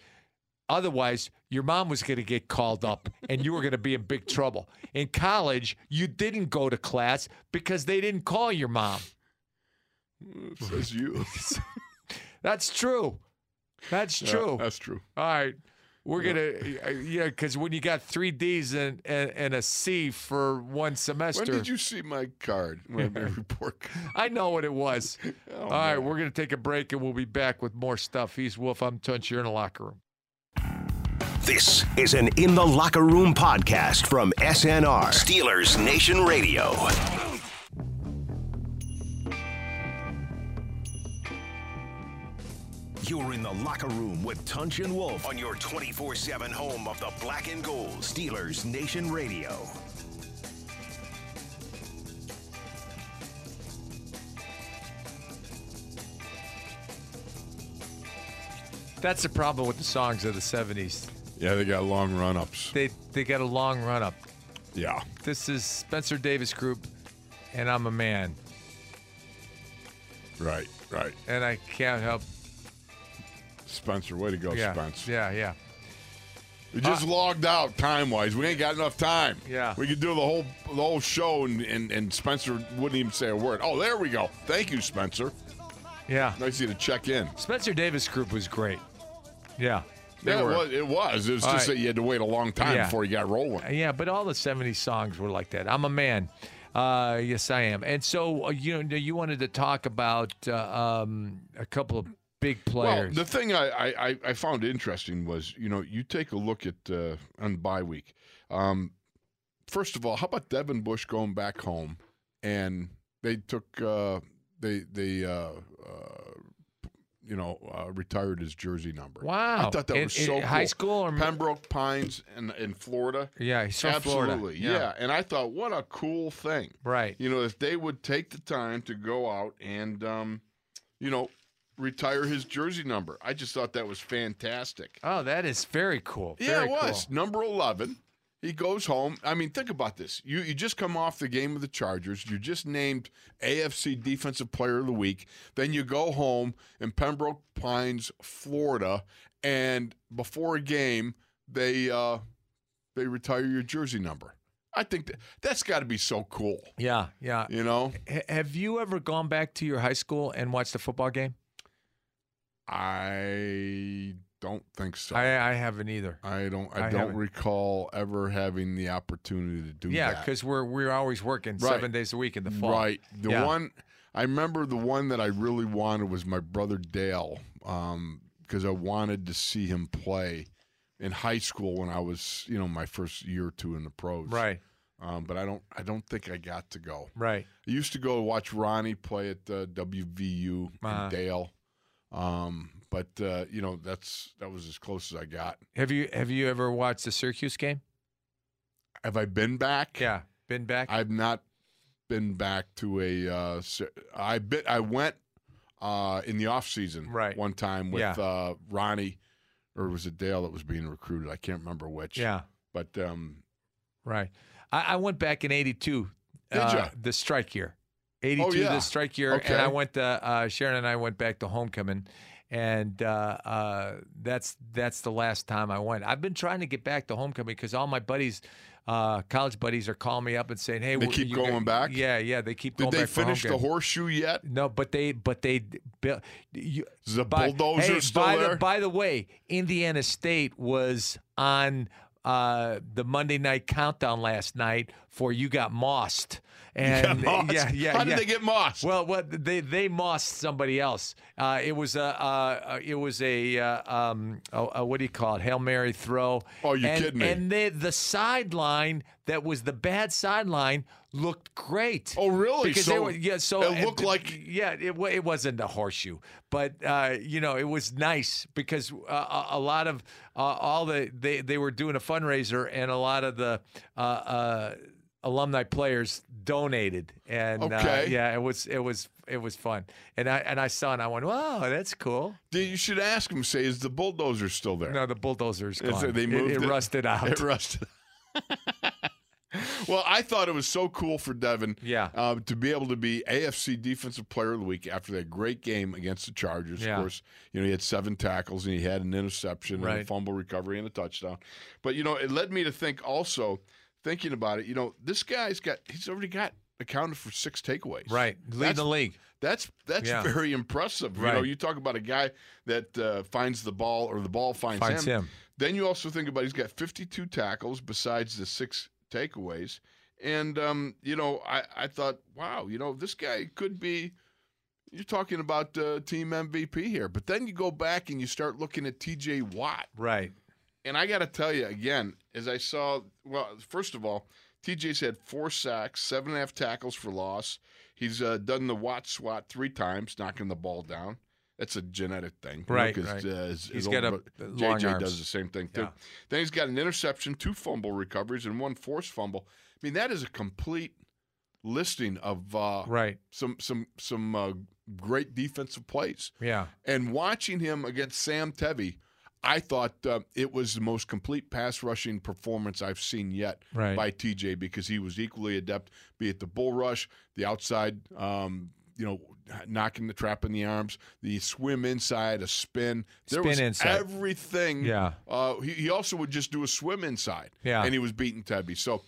S3: otherwise your mom was going to get called up and you were going to be in big trouble. In college, you didn't go to class because they didn't call your mom.
S4: (laughs) Says
S3: (laughs)
S4: you.
S3: That's true. That's true.
S4: (laughs) that's true.
S3: All right. We're gonna, uh, yeah, because when you got three D's and, and, and a C for one semester,
S4: When did you see my (laughs) card? My, my report card.
S3: I know what it was.
S4: (laughs) Oh,
S3: All right, we're gonna take a break and we'll be back with more stuff. He's Wolf. I'm Tunch. You're in the locker room.
S1: This is an In the Locker Room podcast from SNR, Steelers Nation Radio. You're in the locker room with Tunch and Wolf on your 24 7 home of the black and gold Steelers Nation Radio.
S3: That's the problem with the songs of the 70s.
S4: Yeah, they got long run ups.
S3: They they got a long run up.
S4: Yeah.
S3: This is Spencer Davis Group, and I'm a man,
S4: Right, right.
S3: and I can't help.
S4: Spencer, way to go,
S3: yeah,
S4: Spencer.
S3: yeah, yeah.
S4: We just logged out time wise. We ain't got enough time.
S3: Yeah.
S4: We could do the whole the whole show and, and, and Spencer wouldn't even say a word. Oh, there we go. Thank you, Spencer.
S3: Yeah.
S4: Nice of you to check in.
S3: Spencer Davis Group was great. Yeah. They
S4: Yeah,
S3: were.
S4: it was it was. It was
S3: All
S4: just
S3: right.
S4: that you had to wait a long time
S3: Yeah.
S4: before you got rolling.
S3: Yeah, but all the 70s songs were like that. I'm a man. Uh, yes, I am. And so, uh, you know, you wanted to talk about uh, um, a couple of big
S4: Well,
S3: players.
S4: the thing I, I, I- I found interesting was, you know, you take a look at uh, on bye week. Um, first of all, how about Devin Bush going back home, and they took uh, they they uh, uh, you know uh, retired his jersey number.
S3: Wow.
S4: I thought that
S3: In-
S4: was
S3: in
S4: so cool.
S3: high school or-
S4: Pembroke Pines in in Florida.
S3: yeah, he's from Florida.
S4: Absolutely, yeah. And I thought, what a cool thing,
S3: Right.
S4: You know, if they would take the time to go out and, um, you know, retire his jersey number, I just thought that was fantastic.
S3: Oh, that is very cool.
S4: yeah,
S3: Very
S4: it was number eleven. He goes home. I mean, think about this. You you just come off the game with the Chargers. You just named AFC Defensive Player of the Week. Then you go home in Pembroke Pines, Florida, and before a game, they uh, they retire your jersey number. I think that, that's got to be so cool.
S3: Cool. Yeah, yeah.
S4: You know,
S3: H- have you ever gone back to your high school and watched a football game?
S4: I don't think so. I,
S3: I, I haven't either.
S4: don't.
S3: I
S4: I, don't
S3: haven't.
S4: recall ever having the opportunity to do
S3: Yeah,
S4: that.
S3: because we're we're always working
S4: Right.
S3: seven days a week in the fall.
S4: Right. The
S3: Yeah.
S4: one I remember the one that I really wanted was my brother Dale because I wanted to see him play in high school when I was you know my first year or two in the pros.
S3: Right.
S4: Um, but I don't I don't think I got to go.
S3: Right.
S4: I used to go watch Ronnie play at uh, WVU
S3: Uh-huh.
S4: in Dale. Um, but uh, you know that's that was as close as I got.
S3: Have you have you ever watched the Syracuse game?
S4: Have I been back?
S3: Yeah, been back.
S4: I've not been back to a. Uh, ser- I bit. I went uh, in the off season,
S3: Right.
S4: One time with
S3: Yeah.
S4: uh, Ronnie, or was it Dale that was being recruited? I can't remember which.
S3: yeah,
S4: But um,
S3: right. I, I went back in '82.
S4: Did
S3: uh,
S4: ya? Oh,
S3: The strike year, '82.
S4: yeah.
S3: The strike year,
S4: Okay.
S3: and I went to uh, Sharon and I went back to homecoming, and uh, uh, that's that's the last time I went. I've been trying to get back to homecoming because all my buddies. Uh, college buddies are calling me up and saying, "Hey,
S4: They
S3: we-
S4: keep
S3: you got-
S4: going back?
S3: Yeah, yeah, they keep
S4: did
S3: going
S4: they
S3: back for
S4: finish the
S3: homecoming.
S4: horseshoe yet?
S3: No, but they but they built. You,
S4: Is the
S3: by-
S4: bulldozer
S3: hey,
S4: still
S3: by
S4: there?
S3: The, by the way, Indiana State was on uh, the Monday night countdown last night for you got mossed.
S4: (laughs)
S3: And uh,
S4: Moss?
S3: yeah, yeah,
S4: How
S3: yeah.
S4: did they get moss?
S3: Well, what they they mossed somebody else. Uh, it was a uh, uh, it was a, uh, um, a, a what do you call it? Hail Mary throw.
S4: Oh, you
S3: and,
S4: kidding me.
S3: And they, the sideline that was the bad sideline looked great.
S4: Oh, really?
S3: Because they
S4: So
S3: were, yeah, so
S4: it looked
S3: and-
S4: like-
S3: yeah, it wa- it wasn't a horseshoe, but uh, you know it was nice because uh, a, a lot of uh, all the they they were doing a fundraiser and a lot of the. Uh, uh, alumni players donated and uh,
S4: Okay.
S3: yeah it was it was it was fun and i and i saw it and i went wow that's cool
S4: Did- you should ask them. Say, is the bulldozer still there?
S3: no the bulldozers
S4: Is
S3: gone.
S4: it- they
S3: It-
S4: moved
S3: it,
S4: it?
S3: rusted out
S4: (laughs) It rusted. well, I thought it was so cool for Devin,
S3: (laughs) Yeah.
S4: uh, to be able to be AFC Defensive Player of the Week after that great game against the Chargers.
S3: Yeah.
S4: Of course, you know he had seven tackles and he had an interception, and a
S3: Right.
S4: fumble recovery, and a touchdown. But you know, it led me to think also, thinking about it, you know, this guy's got he's already got accounted for six takeaways.
S3: right leading
S4: That's
S3: the league
S4: that's that's
S3: Yeah.
S4: very impressive. You know,
S3: Right.
S4: you talk about a guy that uh, finds the ball or the ball finds,
S3: Finds
S4: him.
S3: him.
S4: Then you also think about he's got 52 tackles besides the six takeaways, and um, you know, I I thought, wow, you know, this guy could be. You're talking about uh, team MVP here, but then you go back and you start looking at T.J. Watt.
S3: right
S4: And I got to tell you again, as I saw, well, first of all, TJ's had four sacks, seven and a half tackles for loss. He's uh, done the Watt swat three times, knocking the ball down. That's a genetic thing,
S3: Right,
S4: Because
S3: right.
S4: uh, his,
S3: He's
S4: his
S3: got
S4: older
S3: a-
S4: bro-
S3: long
S4: JJ
S3: arms.
S4: does the same thing too.
S3: Yeah.
S4: Then he's got an interception, two fumble recoveries, and one forced fumble. I mean, that is a complete listing of uh,
S3: Right.
S4: some some some uh, great defensive plays.
S3: Yeah.
S4: And watching him against Sam Tevy, I thought uh, it was the most complete pass rushing performance I've seen yet
S3: Right.
S4: by TJ because he was equally adept, be it the bull rush, the outside, um, you know, knocking the trap in the arms, the swim inside, a spin. There
S3: Spin
S4: was
S3: inside.
S4: everything.
S3: Yeah.
S4: Uh, he, he also would just do a swim inside.
S3: Yeah.
S4: And he was beating Tebby. So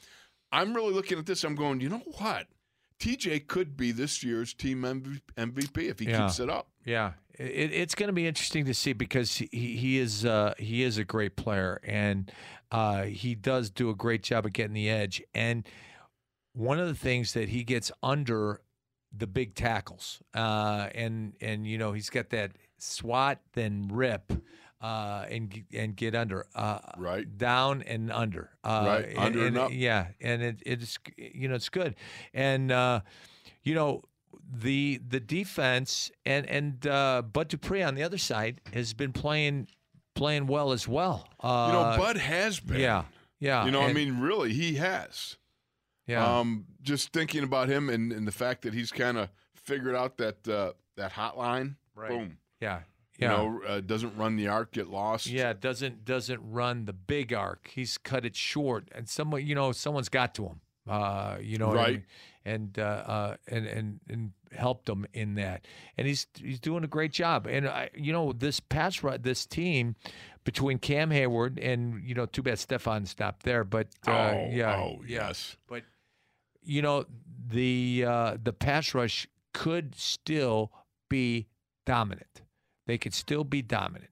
S4: I'm really looking at this. I'm going, you know what? TJ could be this year's team MV- MVP if he
S3: Yeah.
S4: keeps it up.
S3: Yeah, it, it's going to be interesting to see because he, he is uh, he is a great player and uh, he does do a great job of getting the edge. And one of the things that he gets under the big tackles, uh, and and you know he's got that swat then rip. Uh, and g- and get under uh,
S4: Right.
S3: down and under uh,
S4: Right,
S3: and-
S4: under and up.
S3: yeah and it, it's you know it's good and uh, you know the the defense and and uh, Bud Dupree on the other side has been playing playing well as well. Uh,
S4: You know, Bud has been.
S3: yeah, yeah.
S4: You know, I
S3: and-
S4: mean, really, he has.
S3: yeah,
S4: Um, just thinking about him and, and the fact that he's kind of figured out that uh, that hotline.
S3: Right.
S4: Boom.
S3: yeah,
S4: You
S3: yeah,
S4: know, uh, doesn't run the arc, get lost.
S3: yeah. Doesn't doesn't run the big arc. He's cut it short, and someone you know someone's got to him. Uh, you know, what I
S4: Right.
S3: mean? and uh, uh, and and and helped him in that, and he's he's doing a great job. And I, you know, this pass run, this team between Cam Hayward and you know, too bad Stefan's not there, but uh,
S4: oh,
S3: yeah,
S4: oh, yes.
S3: but you know the uh, the pass rush could still be dominant. They could still be dominant,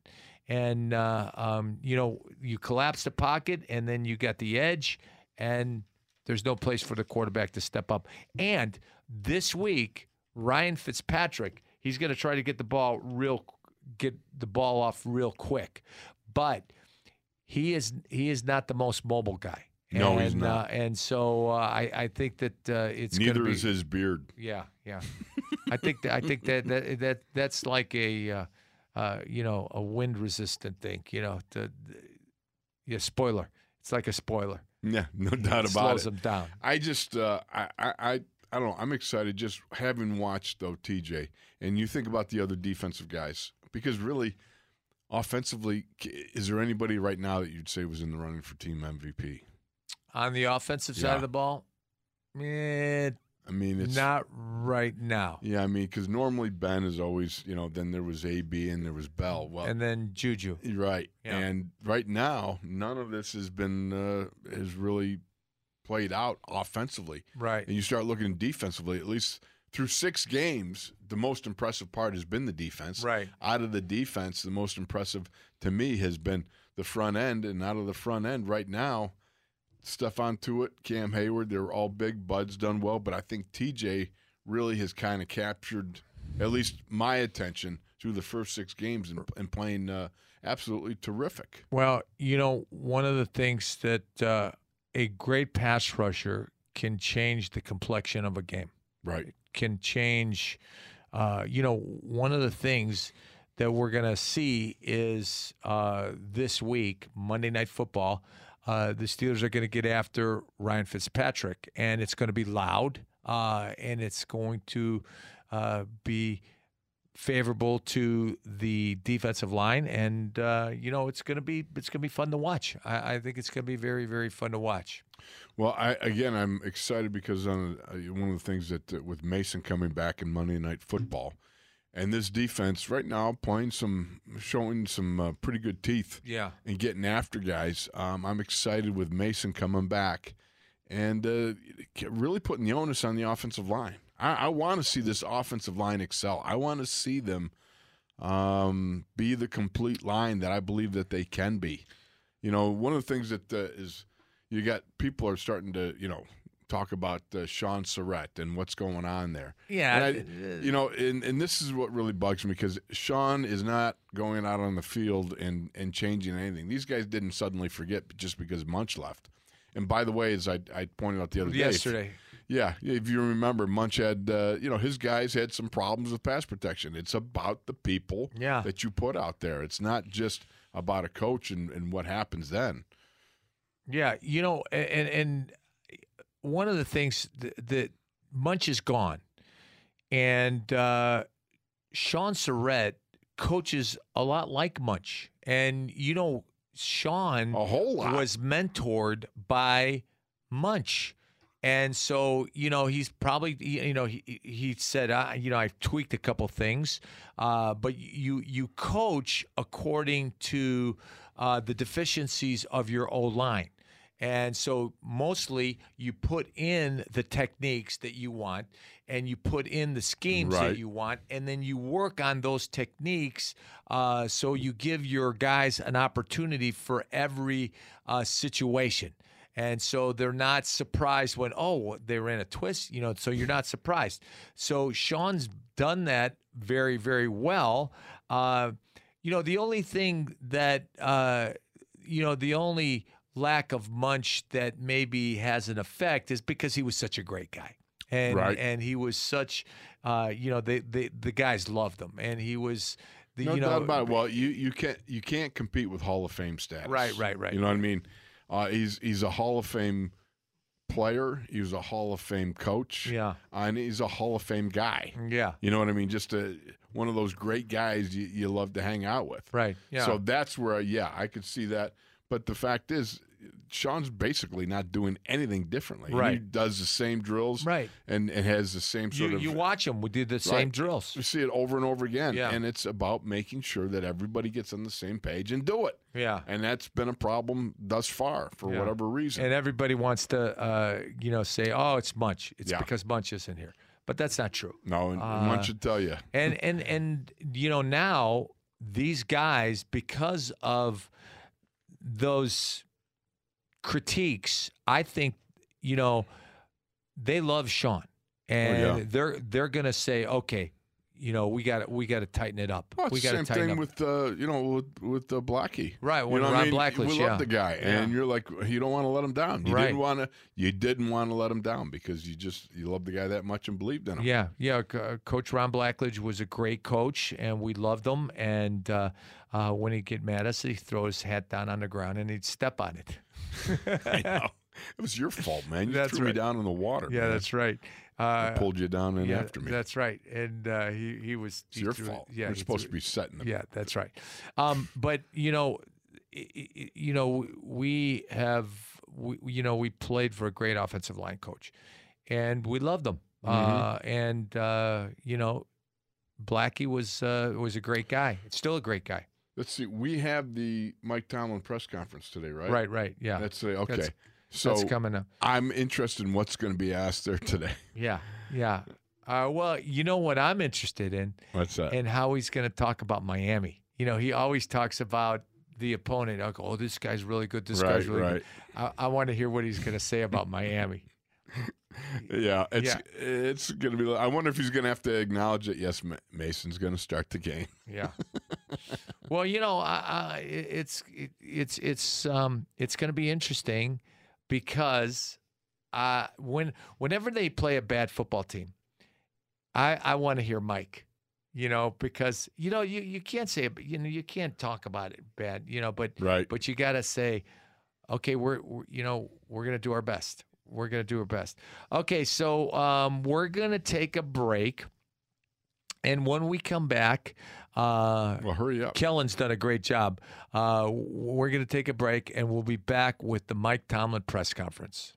S3: and uh, um, you know you collapse the pocket, and then you got the edge, and there's no place for the quarterback to step up. And this week, Ryan Fitzpatrick, he's going to try to get the ball real, get the ball off real quick, but he is he is not the most mobile guy.
S4: No,
S3: and,
S4: he's not.
S3: Uh, and so uh, I I think that uh, it's gonna
S4: Neither
S3: be,
S4: is his beard. (laughs)
S3: Yeah, yeah. I think that I think that that, that that's like a uh, uh, you know a wind resistant thing. You know, the, the- yeah. Spoiler. It's like a spoiler.
S4: Yeah, no doubt
S3: it
S4: about
S3: slows
S4: it.
S3: them down.
S4: I just, uh, I, I, I, I don't know. I'm excited just having watched though TJ, and you think about the other defensive guys because really, offensively, c- is there anybody right now that you'd say was in the running for team MVP?
S3: On the offensive side
S4: Yeah.
S3: of the ball, eh,
S4: I mean, it's
S3: not right now.
S4: Yeah, I mean, because normally Ben is always, you know, then there was AB and there was Bell. Well,
S3: And then Juju.
S4: you're right.
S3: Yeah.
S4: And right now, none of this has been uh, has really played out offensively.
S3: Right.
S4: And you start looking defensively, at least through six games, the most impressive part has been the defense.
S3: Right.
S4: Out of the defense, the most impressive to me has been the front end. And out of the front end right now, Stefan Tuitt, Cam Hayward, they're all big. Bud's done well. But I think TJ really has kind of captured at least my attention through the first six games and, and playing uh, absolutely terrific.
S3: Well, you know, one of the things that uh, a great pass rusher can change the complexion of a game,
S4: Right.
S3: can change, uh, you know, one of the things that we're going to see is uh, this week, Monday Night Football, uh, the Steelers are going to get after Ryan Fitzpatrick, and it's going to be loud, uh, and it's going to uh, be favorable to the defensive line, and uh, you know it's going to be it's going to be fun to watch. I, I think it's going to be very very fun to watch.
S4: Well, I again, I'm excited because on uh, one of the things that uh, with Mason coming back in Monday Night Football, and this defense right now playing some, showing some uh, pretty good teeth
S3: Yeah,
S4: and getting after guys. Um, I'm excited with Mason coming back, and uh, really putting the onus on the offensive line. I, I want to see this offensive line excel. I want to see them um, be the complete line that I believe that they can be. You know, one of the things that uh, is you got people are starting to you know talk about uh, Sean Surrett and what's going on there.
S3: yeah,
S4: And I- you know, and, and this is what really bugs me because Sean is not going out on the field and, and changing anything. These guys didn't suddenly forget just because Munch left. And by the way, as I, I pointed out the other day,
S3: yesterday.
S4: Yeah, if you remember, Munch had uh, you know his guys had some problems with pass protection. It's about the people
S3: Yeah.
S4: that you put out there. It's not just about a coach and, and what happens then.
S3: Yeah, you know, a- and and uh, one of the things th- that Munch is gone, and uh, Sean Surrett coaches a lot like Munch, and you know, Sean
S4: A whole lot.
S3: was mentored by Munch. And so, you know, he's probably, he- you know, he, he- he said, I, you know, I've tweaked a couple things, uh, but you you coach according to uh, the deficiencies of your O line. And so, mostly, you put in the techniques that you want, and you put in the schemes
S4: Right.
S3: that you want, and then you work on those techniques. Uh, so you give your guys an opportunity for every uh, situation. And so they're not surprised when, oh, they ran a twist, you know, so you're not surprised. So Sean's done that very, very well. Uh, you know, the only thing that, uh, you know, the only lack of munch that maybe has an effect is because he was such a great guy. And,
S4: Right.
S3: and he was such, uh, you know, they, they, the guys loved him. And he was, the,
S4: No
S3: you know,
S4: doubt about it. Well, you, you can't you can't compete with Hall of Fame status.
S3: Right, right, right.
S4: You know what I mean? Uh, he's he's a Hall of Fame player. He was a Hall of Fame coach.
S3: Yeah.
S4: and he's a Hall of Fame guy.
S3: yeah,
S4: You know what I mean? Just a, one of those great guys you, you love to hang out with.
S3: right. Yeah.
S4: So that's where, yeah, I could see that. But the fact is, Sean's basically not doing anything differently. He
S3: Right.
S4: does the same drills.
S3: Right.
S4: And, and has the same sort
S3: you,
S4: of.
S3: you watch them. We did the same
S4: Right.
S3: drills.
S4: We see it over and over again.
S3: Yeah.
S4: And it's about making sure that everybody gets on the same page and do it.
S3: Yeah.
S4: And that's been a problem thus far for
S3: Yeah.
S4: whatever reason.
S3: And everybody wants to, uh, you know, say, "Oh, it's Munch. It's
S4: Yeah.
S3: because Munch isn't here," but that's not true.
S4: no, and
S3: uh,
S4: one should tell you.
S3: And and and you know now these guys because of those critiques, I think you know they love Sean, and
S4: Oh, yeah.
S3: they're they're gonna say, "Okay, you know, we got to we got to tighten it up.
S4: Well, it's
S3: we
S4: the
S3: got to
S4: same
S3: tighten
S4: thing
S3: up."
S4: with uh, you know with with uh, Blackie,
S3: Right,
S4: You
S3: when
S4: know what
S3: Rob
S4: I mean?
S3: Blackledge,
S4: we
S3: yeah.
S4: love the guy, and
S3: Yeah.
S4: you're like you don't want to let him down. You
S3: Right.
S4: didn't want to, you didn't want to let him down because you just you love the guy that much and believed in him.
S3: Yeah, yeah. C- uh, Coach Ron Blackledge was a great coach, and we loved him. And uh, uh, when he'd get mad at us, he'd throw his hat down on the ground and he'd step on it. (laughs)
S4: I know. It was your fault, man. You
S3: That's
S4: threw me
S3: right.
S4: down in the water.
S3: Yeah,
S4: man.
S3: that's right. Uh,
S4: I pulled you down in
S3: yeah,
S4: after me.
S3: That's right. And uh, he he was
S4: it's your fault.
S3: Yeah,
S4: You're
S3: he
S4: supposed
S3: threw-
S4: to be setting him.
S3: Yeah, that's right. Um, but you know, i- i- you know, we have, we, you know, we played for a great offensive line coach, and we loved them.
S4: Mm-hmm.
S3: Uh, and uh, you know, Blackie was uh, was a great guy. Still a great guy.
S4: Let's see. We have the Mike Tomlin press conference today, right?
S3: Right, right. yeah,
S4: That's the okay.
S3: That's-
S4: so
S3: that's coming up.
S4: I'm interested in what's going to be asked there (laughs) today.
S3: Yeah, yeah. Uh, well, you know what I'm interested in.
S4: What's that?
S3: and how he's going to talk about Miami. You know, he always talks about the opponent. I go, oh, this guy's really good. This
S4: Right,
S3: guy's really
S4: right.
S3: good. I, I want to hear what he's going to say about Miami.
S4: Yeah, it's it's gonna be. I wonder if he's gonna have to acknowledge that. Yes, Ma- Mason's gonna start the game. (laughs)
S3: Yeah. well, you know, I, I, it's it, it's it's um it's going to be interesting because uh when whenever they play a bad football team, I I want to hear Mike. You know, because you know you, you can't say you know you can't talk about it bad. You know, but
S4: Right.
S3: but you got to say, okay, we're, we're you know we're gonna do our best. We're gonna do our best. Okay, so um, we're gonna take a break, and when we come back, uh,
S4: Well, hurry up.
S3: Kellen's done a great job. Uh, we're gonna take a break, and we'll be back with the Mike Tomlin press conference.